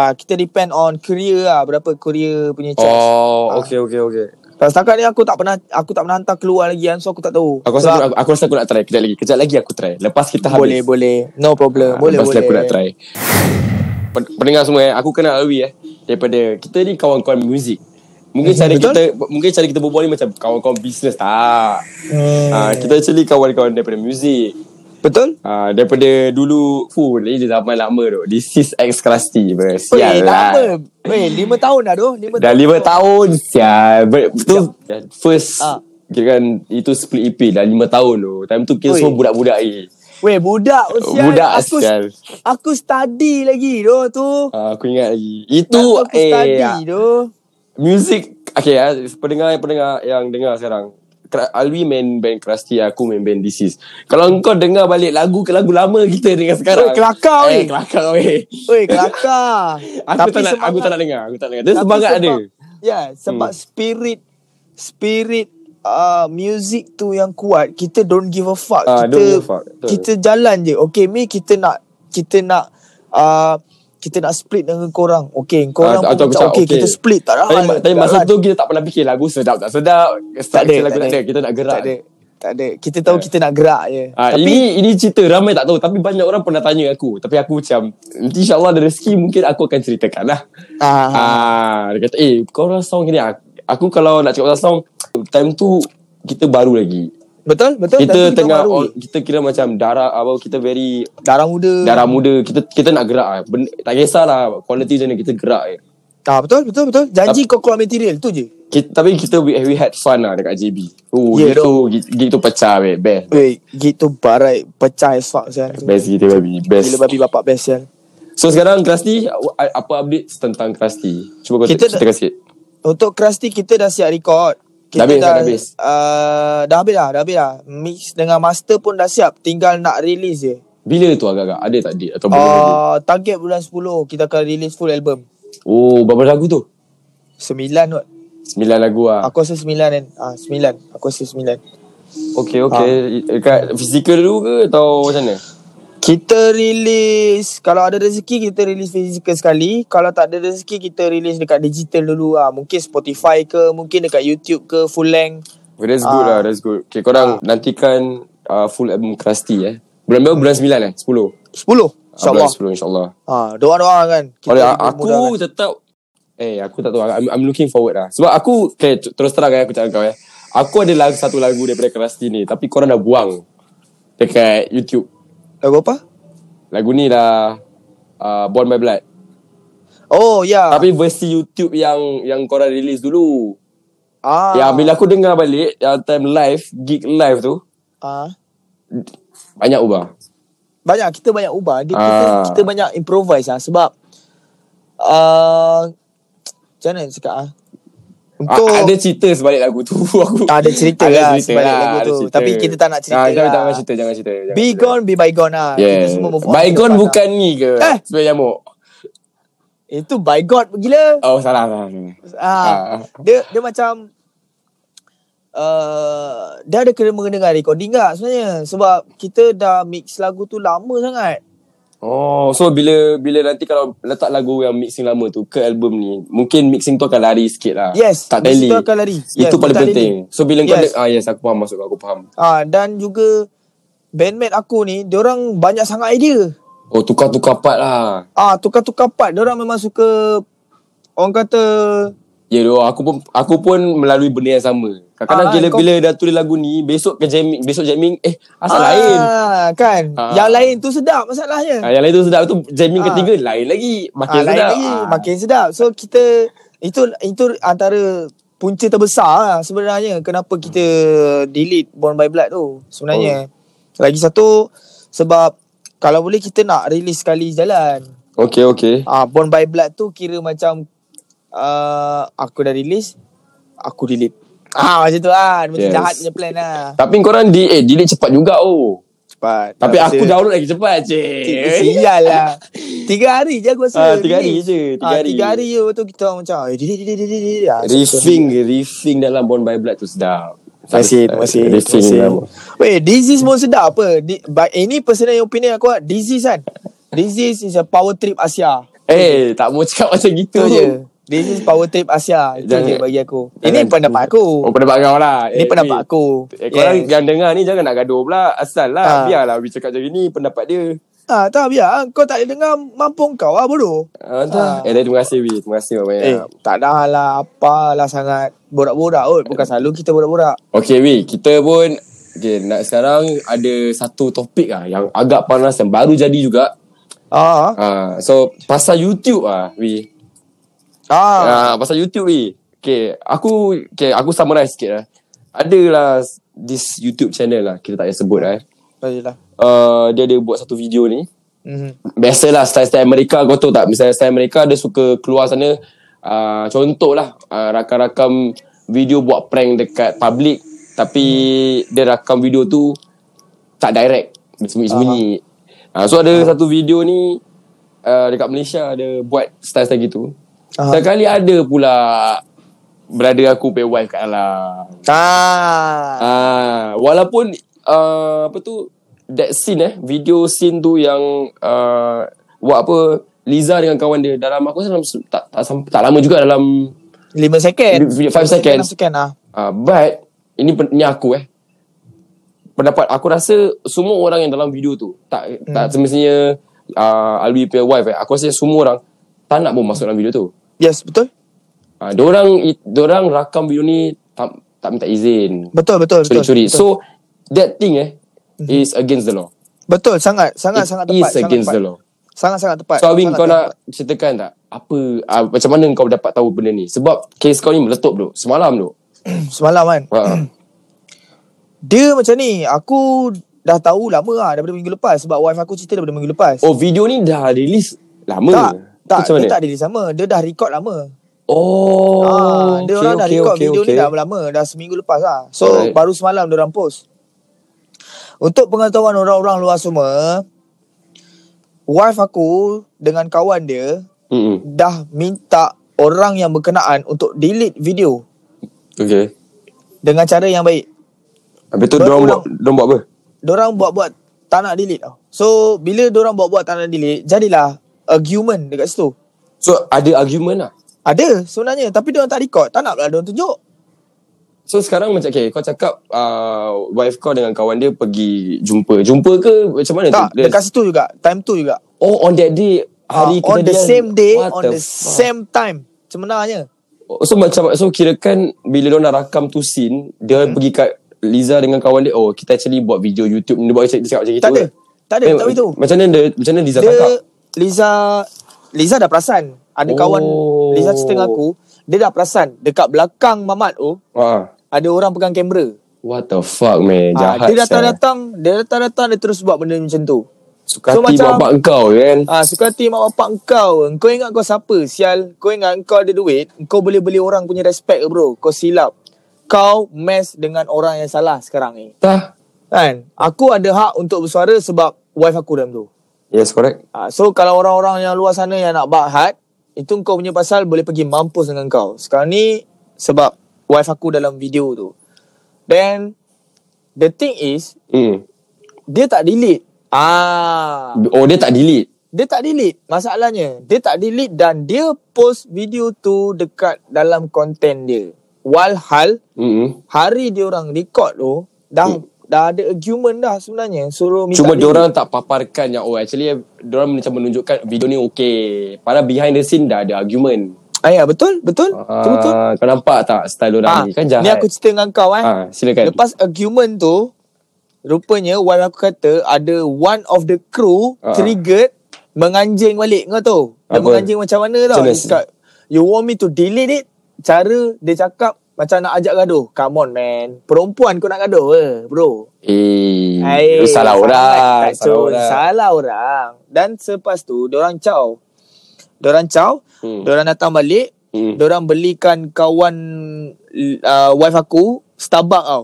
C: ah, kita depend on courier lah berapa courier punya charge.
B: Oh,
C: Ah.
B: okay okay okay.
C: Kalau setakat ni aku tak pernah aku tak pernah hantar keluar lagi kan so aku tak tahu.
B: Aku rasa aku, nak- aku rasa aku nak try kejap lagi. Kejap lagi aku try. Lepas kita habis.
C: boleh boleh. No
B: Ah,
C: problem. boleh
B: lepas
C: boleh.
B: ni aku nak try. Pen- Pendengar semua eh, aku kenal Alwi eh daripada kita ni kawan-kawan muzik. Mungkin
C: Mhm,
B: cara
C: betul.
B: kita mungkin cara kita berbual ni macam kawan-kawan bisnes tak.
C: Hmm.
B: Ah, kita actually kawan-kawan daripada muzik.
C: Betul?
B: Ah, daripada dulu Fuh Ni dia zaman lama tu This is X Class T bro.
C: Weh,
B: Sial
C: lama.
B: lah
C: Weh, lima tahun dah tu. Lima
B: Dah lima tahun Sial Ber- Tu First
C: Ah.
B: Kira kan Itu split EP Dah lima tahun tu Time tu kita
C: Oi.
B: semua budak-budak ni
C: Weh, budak usia.
B: Budak
C: aku,
B: sial.
C: Aku study lagi tu tu.
B: Ah, Aku ingat lagi
C: Masa
B: Itu
C: aku study
B: ah,
C: tu.
B: Music Okay ah, Pendengar pendengar Yang dengar sekarang Kera- Alwi main band Krusty Aku main band This Is Kalau kau dengar balik lagu ke lagu lama kita dengan sekarang
C: Oi, kelakar,
B: Eh
C: weh.
B: kelakar weh
C: Weh, kelakar.
B: Aku tak nak Aku tak
C: semangat-
B: nak dengar Aku tak nak dengar Dia
C: tapi
B: semangat ada
C: Ya, sebab hmm. spirit spirit uh, music tu yang kuat. Kita don't give a fuck.
B: Ah,
C: kita
B: don't give a fuck. Betul.
C: kita jalan je. Okay, me kita nak kita nak uh, kita nak split dengan korang. Okay, korang
B: Ah,
C: pun
B: atau aku
C: macam
B: cakap,
C: okay, kita split tak ada.
B: Tapi,
C: hal,
B: tapi
C: tak
B: masa
C: hal.
B: tu kita tak pernah fikir lagu sedap tak sedap
C: tak ada,
B: Structure lagu tak ada Kita nak gerak
C: Tak ada. Tak ada. Kita tahu kita nak gerak je.
B: Ah,
C: tapi
B: ini ini cerita ramai tak tahu tapi banyak orang pernah tanya aku tapi aku macam insyaallah ada rezeki mungkin aku akan ceritakan lah.
C: ah,
B: Ah, dia kata, eh, kau orang sound gini. Aku, aku kalau nak cakap pasal sound, time tu kita baru lagi.
C: betul betul
B: Kita
C: tapi
B: tengah,
C: baru.
B: on, kita kira macam darah, apa, kita very
C: darah muda.
B: darah muda. Kita kita nak gerak lah. Ben, tak kisahlah kualiti macam mana, kita gerak eh. je.
C: Ah, betul betul betul. Janji kau keluar material tu je.
B: Kita, tapi kita, we, we had fun lah dekat JB. Oh,
C: Yeah,
B: yeah, gitu, gitu pecah, weh. Best.
C: Weh, gitu barai pecah as fuck sial.
B: Best kita, babi. Best.
C: Gila babi bapak best sial.
B: So sekarang Krusty a- Apa update tentang Krusty Cuba kau
C: Kita
B: kita ceritakan sikit
C: Untuk Krusty kita dah siap record.
B: Dah
C: Kita
B: habis,
C: dah,
B: dah habis.
C: Uh, dah habis dah, dah habis dah. Mix dengan master pun dah siap, tinggal nak release je.
B: Bila tu agak-agak Ada tak date Atau belum lagi?
C: Uh, target bulan 10 kita akan release full album.
B: Oh berapa lagu tu
C: 9 kot.
B: Sembilan lagu lah
C: Aku rasa 9 kan. Ah, 9. Aku rasa 9.
B: Okay okay
C: Ah.
B: Dekat physical eh, dulu ke Atau macam mana
C: Kita release Kalau ada rezeki Kita release physical sekali Kalau tak ada rezeki Kita release dekat digital dulu lah Mungkin Spotify ke Mungkin dekat YouTube ke Full length
B: okay, That's good
C: Ah.
B: lah That's good Okay korang nantikan uh, Full album Krusty eh Bulan berapa bulan sembilan eh Sepuluh Ah,
C: 10
B: Bulan
C: InsyaAllah
B: sepuluh insyaAllah
C: ha, Doa-doa kan
B: Oleh a-
C: dipermudahkan.
B: aku tetap Eh aku tak tahu I'm, I'm looking forward lah Sebab aku okay, t- Terus terang eh aku cakap dengan kau eh Aku ada lagu, satu lagu daripada Krusty ni Tapi korang dah buang Dekat YouTube
C: Lagu apa?
B: Lagu ni dah uh, Born My Blood
C: Oh ya
B: Tapi versi YouTube yang Yang korang release dulu
C: ah.
B: Yang Ya, bila aku dengar balik Yang time live Gig live tu
C: ah.
B: Banyak ubah
C: Banyak Kita banyak ubah Dia,
B: Ah.
C: kita, kita banyak improvise lah Sebab uh, Macam mana nak cakap ah? Untuk
B: A- Ah, ada cerita sebalik lagu tu aku
C: Ah, ada cerita lah sebalik lagu
B: ada
C: tu. Tapi kita tak nak
B: ah,
C: cerita
B: jangan,
C: lah.
B: jangan cerita jangan cerita jangan
C: Be
B: cerita.
C: gone Be bygone lah
B: yeah.
C: Kita semua move on
B: Bygone
C: Lepas lah.
B: bukan ni ke
C: Eh!
B: eh? Sebenarnya nyamuk
C: Itu by God gila.
B: Oh salah salah salah.
C: Ah,
B: Ah.
C: dia dia macam uh, dia ada kena mengena dengan recording tak sebenarnya sebab kita dah mix lagu tu lama sangat.
B: Oh, so bila bila nanti kalau letak lagu yang mixing lama tu ke album ni, mungkin mixing tu akan lari sikit lah.
C: Yes,
B: tak
C: mixing
B: tally.
C: tu akan lari. Yes,
B: Itu paling
C: tak
B: penting. So bila kau
C: Yes.
B: de- ah yes aku faham maksud kau, aku faham.
C: Ah dan juga bandmate aku ni, diorang banyak sangat idea.
B: Oh, tukar-tukar part lah.
C: Ah tukar-tukar part, diorang memang suka orang kata
B: Ya doh, aku pun aku pun melalui benda yang sama. Kadang-kadang
C: Ah,
B: bila
C: kau-
B: bila dah tulis lagu ni, besok ke jamming, besok jamming eh asal
C: ah,
B: lain.
C: kan.
B: Ah.
C: Yang lain tu sedap masalahnya.
B: Ah, yang lain tu sedap tu jamming
C: Ah.
B: ketiga lain lagi, makin
C: ah, lain
B: sedap.
C: lagi,
B: Ah.
C: makin sedap. So kita itu itu antara punca terbesar lah sebenarnya kenapa kita delete Born by Blood tu
B: Oh.
C: sebenarnya. Lagi satu sebab kalau boleh kita nak release sekali jalan.
B: Okay, okay.
C: Ah Born by Blood tu kira macam uh, aku dah release, aku delete. Ah macam tu lah, macam
B: Yes.
C: jahat punya plan lah.
B: Tapi korang di eh delete cepat juga oh.
C: Cepat.
B: Tapi
C: Tak
B: aku
C: bisa.
B: download lagi cepat,
C: Eh,
B: cik.
C: Sial lah Tiga hari je aku rasa
B: Ah, tiga hari
C: release.
B: je, tiga
C: Ah,
B: hari.
C: Tiga hari je Lepas tu kita orang macam eh, delete, delete, delete, delete. Ah,
B: Riffing Riffing dalam Born by Blood tu sedap
C: Terima kasih Terima kasih
B: Riffing
C: terima
B: dalam
C: kasih. Weh disease pun sedap apa Di, but, Ini personal opinion aku lah Disease kan Disease is a power trip Asia
B: Eh tak mau cakap macam gitu
C: Itu je Disease power trip Asia Itu
B: Jangan-
C: je bagi aku
B: jangan-
C: Ini pendapat
B: Oh
C: aku
B: pendapat kau lah
C: Ini
B: Eh,
C: pendapat
B: eh.
C: aku
B: Eh, korang
C: Yes.
B: yang dengar ni jangan nak gaduh pula Asal lah
C: Ah.
B: Biarlah we cakap macam ni Pendapat dia
C: Ah, tak biar ah. Kau tak boleh dengar Mampung kau lah bodoh
B: Ah, dah. Eh tapi terima kasih Wi Terima kasih
C: Eh,
B: banyak
C: tak dah lah apalah sangat borak-borak kot. Bukan
B: Eh.
C: selalu kita borak-borak.
B: Okay Wi Kita pun Okay nak sekarang Ada satu topik lah Yang agak panas Yang baru jadi juga
C: Ah.
B: Ah, So Pasal YouTube lah Wi
C: Ah.
B: Ah, pasal YouTube ni. Okay, aku okay, aku summarize sikit lah. Adalah this YouTube channel lah, kita tak payah sebut lah. Eh.
C: Baiklah.
B: Uh, dia ada buat satu video ni.
C: Mhm.
B: Biasalah style-style Amerika kau tahu tak? Misalnya style Amerika dia suka keluar sana uh, contohlah uh, rakam-rakam video buat prank dekat public tapi dia rakam video tu tak direct. Dia sembunyi-sembunyi. Uh, so ada satu video ni uh, dekat Malaysia dia buat style-style gitu.
C: Ah.
B: Sekali ada pula brother aku pay wife kat dalam.
C: Ah.
B: Ah, walaupun uh, apa tu that scene eh, video scene tu yang uh, buat apa Liza dengan kawan dia dalam aku rasa dalam se- tak tak, sampai, tak lama juga dalam
C: 5 second.
B: Five second.
C: Enam second ah.
B: uh, but ini pen- ni aku eh pendapat aku rasa semua orang yang dalam video tu tak hmm. tak semestinya uh, Alwi punya wife eh, aku rasa semua orang tak nak pun masuk dalam video tu.
C: Yes, betul?
B: Ah, diorang diorang rakam video ni tak tak minta izin.
C: Betul, betul, betul.
B: Curi-curi.
C: Betul. Hmm.
B: So that thing eh is against the law.
C: betul sangat sangat
B: It
C: sangat
B: is
C: tepat. sangat
B: against
C: tepat.
B: the law.
C: Sangat sangat tepat.
B: So Awin
C: Sangat
B: kau
C: tepat.
B: nak ceritakan tak apa uh, macam mana kau dapat tahu benda ni? Sebab kes kau ni meletup duk semalam duk.
C: semalam kan.
B: Ha.
C: Dia macam ni, aku dah tahu lama lah daripada minggu lepas sebab wife aku cerita daripada minggu lepas.
B: Oh video ni dah release lama.
C: tak, tak,
B: Macam
C: dia
B: mana?
C: tak ada dia sama. Dia dah record lama.
B: Oh.
C: ah, dia
B: okay,
C: orang dah
B: okay,
C: record
B: okay,
C: video
B: okay.
C: ni dah lama, dah seminggu lepas lah. So
B: Alright.
C: baru semalam dia orang post. Untuk pengetahuan orang-orang luar semua, wife aku dengan kawan dia
B: Mm-mm.
C: dah minta orang yang berkenaan untuk delete video
B: Okay.
C: dengan cara yang baik.
B: Habis tu dorang
C: Dorang
B: buat
C: ulang.
B: dorang buat apa?
C: Diorang buat-buat tak nak delete tau. So bila diorang buat-buat tak nak delete, jadilah argument dekat situ.
B: So ada argument lah.
C: Ada sebenarnya tapi diorang tak record, tak nak lah diorang tunjuk.
B: So sekarang macam okay, kau cakap uh, wife kau dengan kawan dia pergi jumpa. Jumpa ke macam mana?
C: Tak,
B: Dia-
C: dekat situ juga, time tu juga.
B: Oh on that day hari
C: Ah, on the
B: kejadian.
C: same day
B: What
C: on the
B: fuck?
C: same time sebenarnya
B: So macam so kirakan bila dia nak rakam tu scene dia hmm. pergi kat Liza dengan kawan dia oh kita actually buat video YouTube ni." dia buat dia cakap macam
C: tak
B: gitu.
C: ada
B: ke?
C: tak ada
B: Eh,
C: tak itu
B: Macam mana dia, macam mana Liza
C: dia
B: cakap?
C: Liza Liza dah perasan ada
B: Oh.
C: kawan Liza cerita dengan aku dia dah perasan dekat belakang Mamat tu
B: Ah.
C: ada orang pegang kamera
B: What the fuck man jahat.
C: Ah,
B: eh.
C: dia
B: datang
C: datang-datang dia datang-datang dia terus buat benda macam tu
B: suka
C: So,
B: hati
C: macam-
B: bapak kau kan.
C: Ah, suka hati mak bapak kau. Kau ingat kau siapa? Sial. Kau ingat kau ada duit, kau boleh beli orang punya respect ke bro. Kau silap. Kau mess dengan orang yang salah sekarang ni.
B: Tah.
C: Kan? Aku ada hak untuk bersuara sebab wife aku dalam tu.
B: Yes correct.
C: Ha, so kalau orang-orang yang luar sana yang nak bahat, itu kau punya pasal boleh pergi mampus dengan kau. Sekarang ni sebab wife aku dalam video tu. Then the thing is
B: Hmm.
C: dia tak delete. Ah.
B: Oh dia tak delete.
C: Dia tak delete masalahnya. Dia tak delete dan dia post video tu dekat dalam konten dia. Walhal
B: Mm-hmm.
C: hari dia orang record tu dah dah ada argument dah sebenarnya suruh minta
B: Cuma
C: delete.
B: diorang tak paparkan yang oh actually diorang macam menunjukkan video ni okay. Padahal behind the scene dah ada argument.
C: Ah, ya, betul betul. tu betul.
B: Ah, kau nampak tak style diorang
C: Ah,
B: ni kan jahat.
C: Ni aku cerita dengan kau eh.
B: ah, silakan.
C: Lepas argument tu Rupanya Wan aku kata Ada one of the crew
B: Ah.
C: uh-huh. Triggered Menganjing balik Kau tahu Dia
B: Apa?
C: menganjing macam mana tau
B: Macam
C: Dia
B: mana?
C: cakap You want me to delete it Cara dia cakap Macam nak ajak gaduh Come on man Perempuan kau nak gaduh eh, Bro
B: Eh,
C: Hai,
B: lu salah orang.
C: tak cun, Salah orang Dan selepas tu Diorang caw Diorang caw
B: Hmm.
C: Diorang datang balik
B: Hmm.
C: Diorang belikan kawan uh, Wife aku Starbucks tau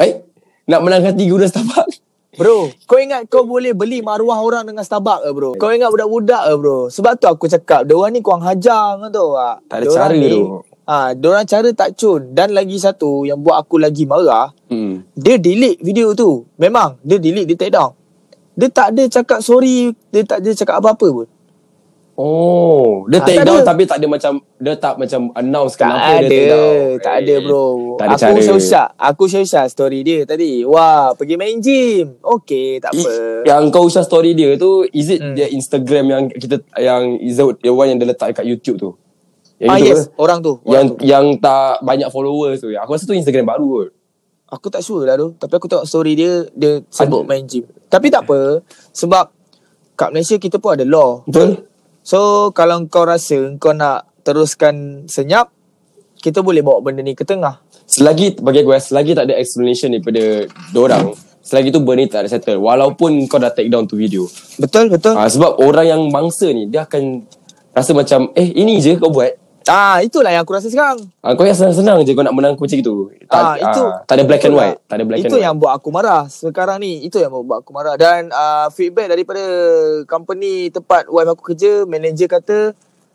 B: Eh, nak menang hati guna Starbucks.
C: Bro, kau ingat kau boleh beli maruah orang dengan Starbucks ke bro? Kau ingat budak-budak ke bro? Sebab tu aku cakap, diorang ni kurang hajar kau tahu tak?
B: Tak ada
C: Diorang
B: cara
C: ni,
B: tu.
C: Ah, diorang cara tak cun. Dan lagi satu yang buat aku lagi marah,
B: Hmm.
C: dia delete video tu. Memang, dia delete, dia take down. Dia tak ada cakap sorry, dia tak ada cakap apa-apa pun.
B: Oh, dia
C: Ah,
B: take
C: tak
B: down
C: ada.
B: tapi tak ada macam dia tak macam announce
C: Tak
B: kenapa dia
C: ada,
B: take down.
C: tak
B: Eh,
C: ada bro.
B: Tak ada
C: aku
B: cara.
C: share-share, aku share-share story dia tadi. Wah, pergi main gym. Okay, tak
B: I,
C: apa.
B: yang kau usah story dia tu is it
C: Hmm.
B: dia Instagram yang kita yang is the, the one yang dia letak dekat YouTube tu. Yang
C: Ah
B: itu
C: yes,
B: ke?
C: orang tu. Orang
B: yang
C: tu.
B: yang tak banyak followers tu. Aku rasa tu Instagram baru kot.
C: Aku tak sure lah tu Tapi aku tengok story dia Dia sibuk
B: Ada.
C: main gym Tapi tak apa Sebab Kat Malaysia kita pun ada law
B: Betul?
C: So Kalau kau rasa Kau nak teruskan senyap Kita boleh bawa benda ni ke tengah
B: Selagi bagi aku eh, selagi tak ada explanation daripada orang, selagi tu benda ni tak ada settle walaupun kau dah take down tu video.
C: Betul betul
B: Ah sebab orang yang mangsa ni dia akan rasa macam eh ini je kau buat.
C: Ah Itulah yang aku rasa sekarang
B: Ah, kau yang senang-senang je kau nak menang aku macam gitu. Tak,
C: Ah, itu
B: tak ada black and
C: itulah.
B: white. Tak ada black
C: itu
B: and white.
C: yang buat aku marah sekarang ni. Itu yang buat aku marah dan uh, feedback daripada company tempat wife aku kerja, manager kata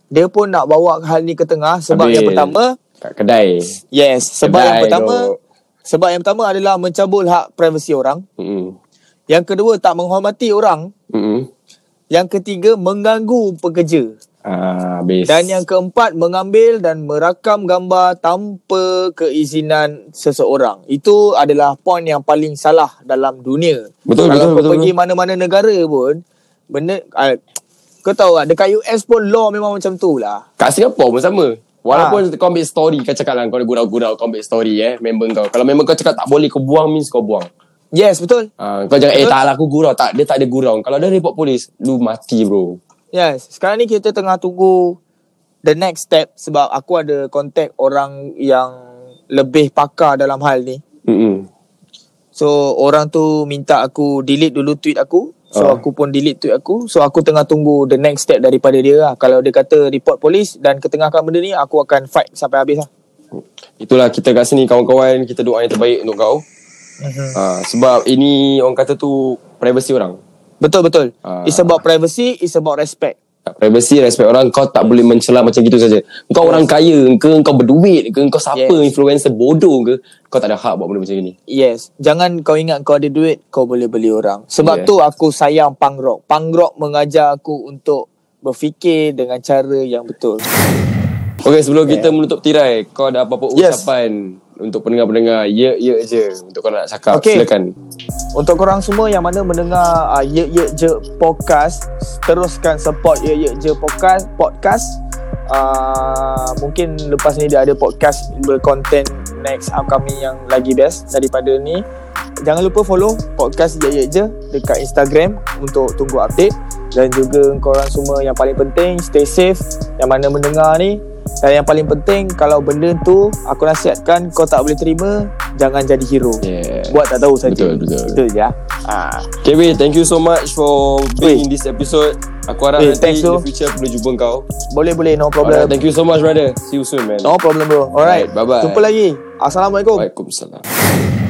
C: dia pun nak bawa hal ni ke tengah sebab
B: Habis.
C: yang pertama
B: Kat kedai.
C: Yes, sebab
B: Kedai
C: yang pertama
B: tu.
C: sebab yang pertama adalah mencabul hak privasi orang.
B: Mm-mm.
C: Yang kedua tak menghormati orang.
B: Mm-mm.
C: Yang ketiga mengganggu pekerja.
B: Ah, habis.
C: Dan yang keempat mengambil dan merakam gambar tanpa keizinan seseorang. Itu adalah poin yang paling salah dalam dunia.
B: Betul, betul,
C: Kalau kau
B: betul,
C: pergi mana-mana negara pun benda ah, kau tahu tak dekat US pun law memang macam tu lah.
B: Kat Singapore pun sama. Walaupun
C: Ah.
B: kau ambil story Kau cakap lah Kau ada gurau-gurau Kau ambil story eh Member kau Kalau member kau cakap tak boleh Kau buang means kau buang
C: Yes, betul.
B: Ah, Kau jangan Eh
C: Betul.
B: tak lah aku gurau Tak dia tak ada gurau Kalau dia report polis Lu mati bro
C: Yes, sekarang ni kita tengah tunggu the next step sebab aku ada contact orang yang lebih pakar dalam hal ni.
B: Mm-mm.
C: So orang tu minta aku delete dulu tweet aku. So
B: Ah.
C: aku pun delete tweet aku. So aku tengah tunggu the next step daripada dia lah. Kalau dia kata report polis dan ketengahkan benda ni aku akan fight sampai habis lah.
B: Itulah kita kat sini Kawan-kawan Kita doa yang terbaik untuk kau Ah, Sebab ini Orang kata tu Privacy orang
C: Betul betul.
B: Ah.
C: It's about privacy, it's about respect.
B: Tak, Privacy respect orang Kau tak boleh mencela macam gitu saja Kau orang kaya ke Kau berduit ke Kau siapa
C: Yes.
B: influencer bodoh ke Kau tak ada hak buat benda macam ni
C: Yes, jangan kau ingat kau ada duit kau boleh beli orang.
B: Yeah.
C: Sebab tu aku sayang punk rock. Punk rock mengajar aku untuk berfikir dengan cara yang betul.
B: Okay sebelum kita menutup tirai Kau ada apa-apa
C: Yes.
B: ucapan Untuk pendengar-pendengar Ya ya je Untuk kau nak cakap
C: Okay.
B: Silakan
C: Untuk korang semua yang mana mendengar uh, Ye Ye Je podcast, teruskan support Ye Ye Je podcast podcast. Uh, mungkin lepas ni dia ada podcast berkonten next upcoming yang lagi best daripada ni. Jangan lupa follow podcast Ye Ye Je dekat Instagram untuk tunggu update dan juga korang semua yang paling penting stay safe yang mana mendengar ni dan yang paling penting kalau benda tu aku nasihatkan kau tak boleh terima jangan jadi hero.
B: Yeah
C: Buat tak tahu saja.
B: Betul, betul.
C: Itu je. ah. Ah.
B: KB thank you so much For being
C: Eh.
B: in this episode Aku harap
C: Eh,
B: nanti
C: thanks,
B: In the
C: bro.
B: future Boleh jumpa kau
C: Boleh boleh no problem.
B: Alright, Thank you so much brother See you soon man
C: no problem bro. Alright.
B: Alright, bye-bye.
C: Jumpa lagi. Assalamualaikum.
B: Waalaikumsalam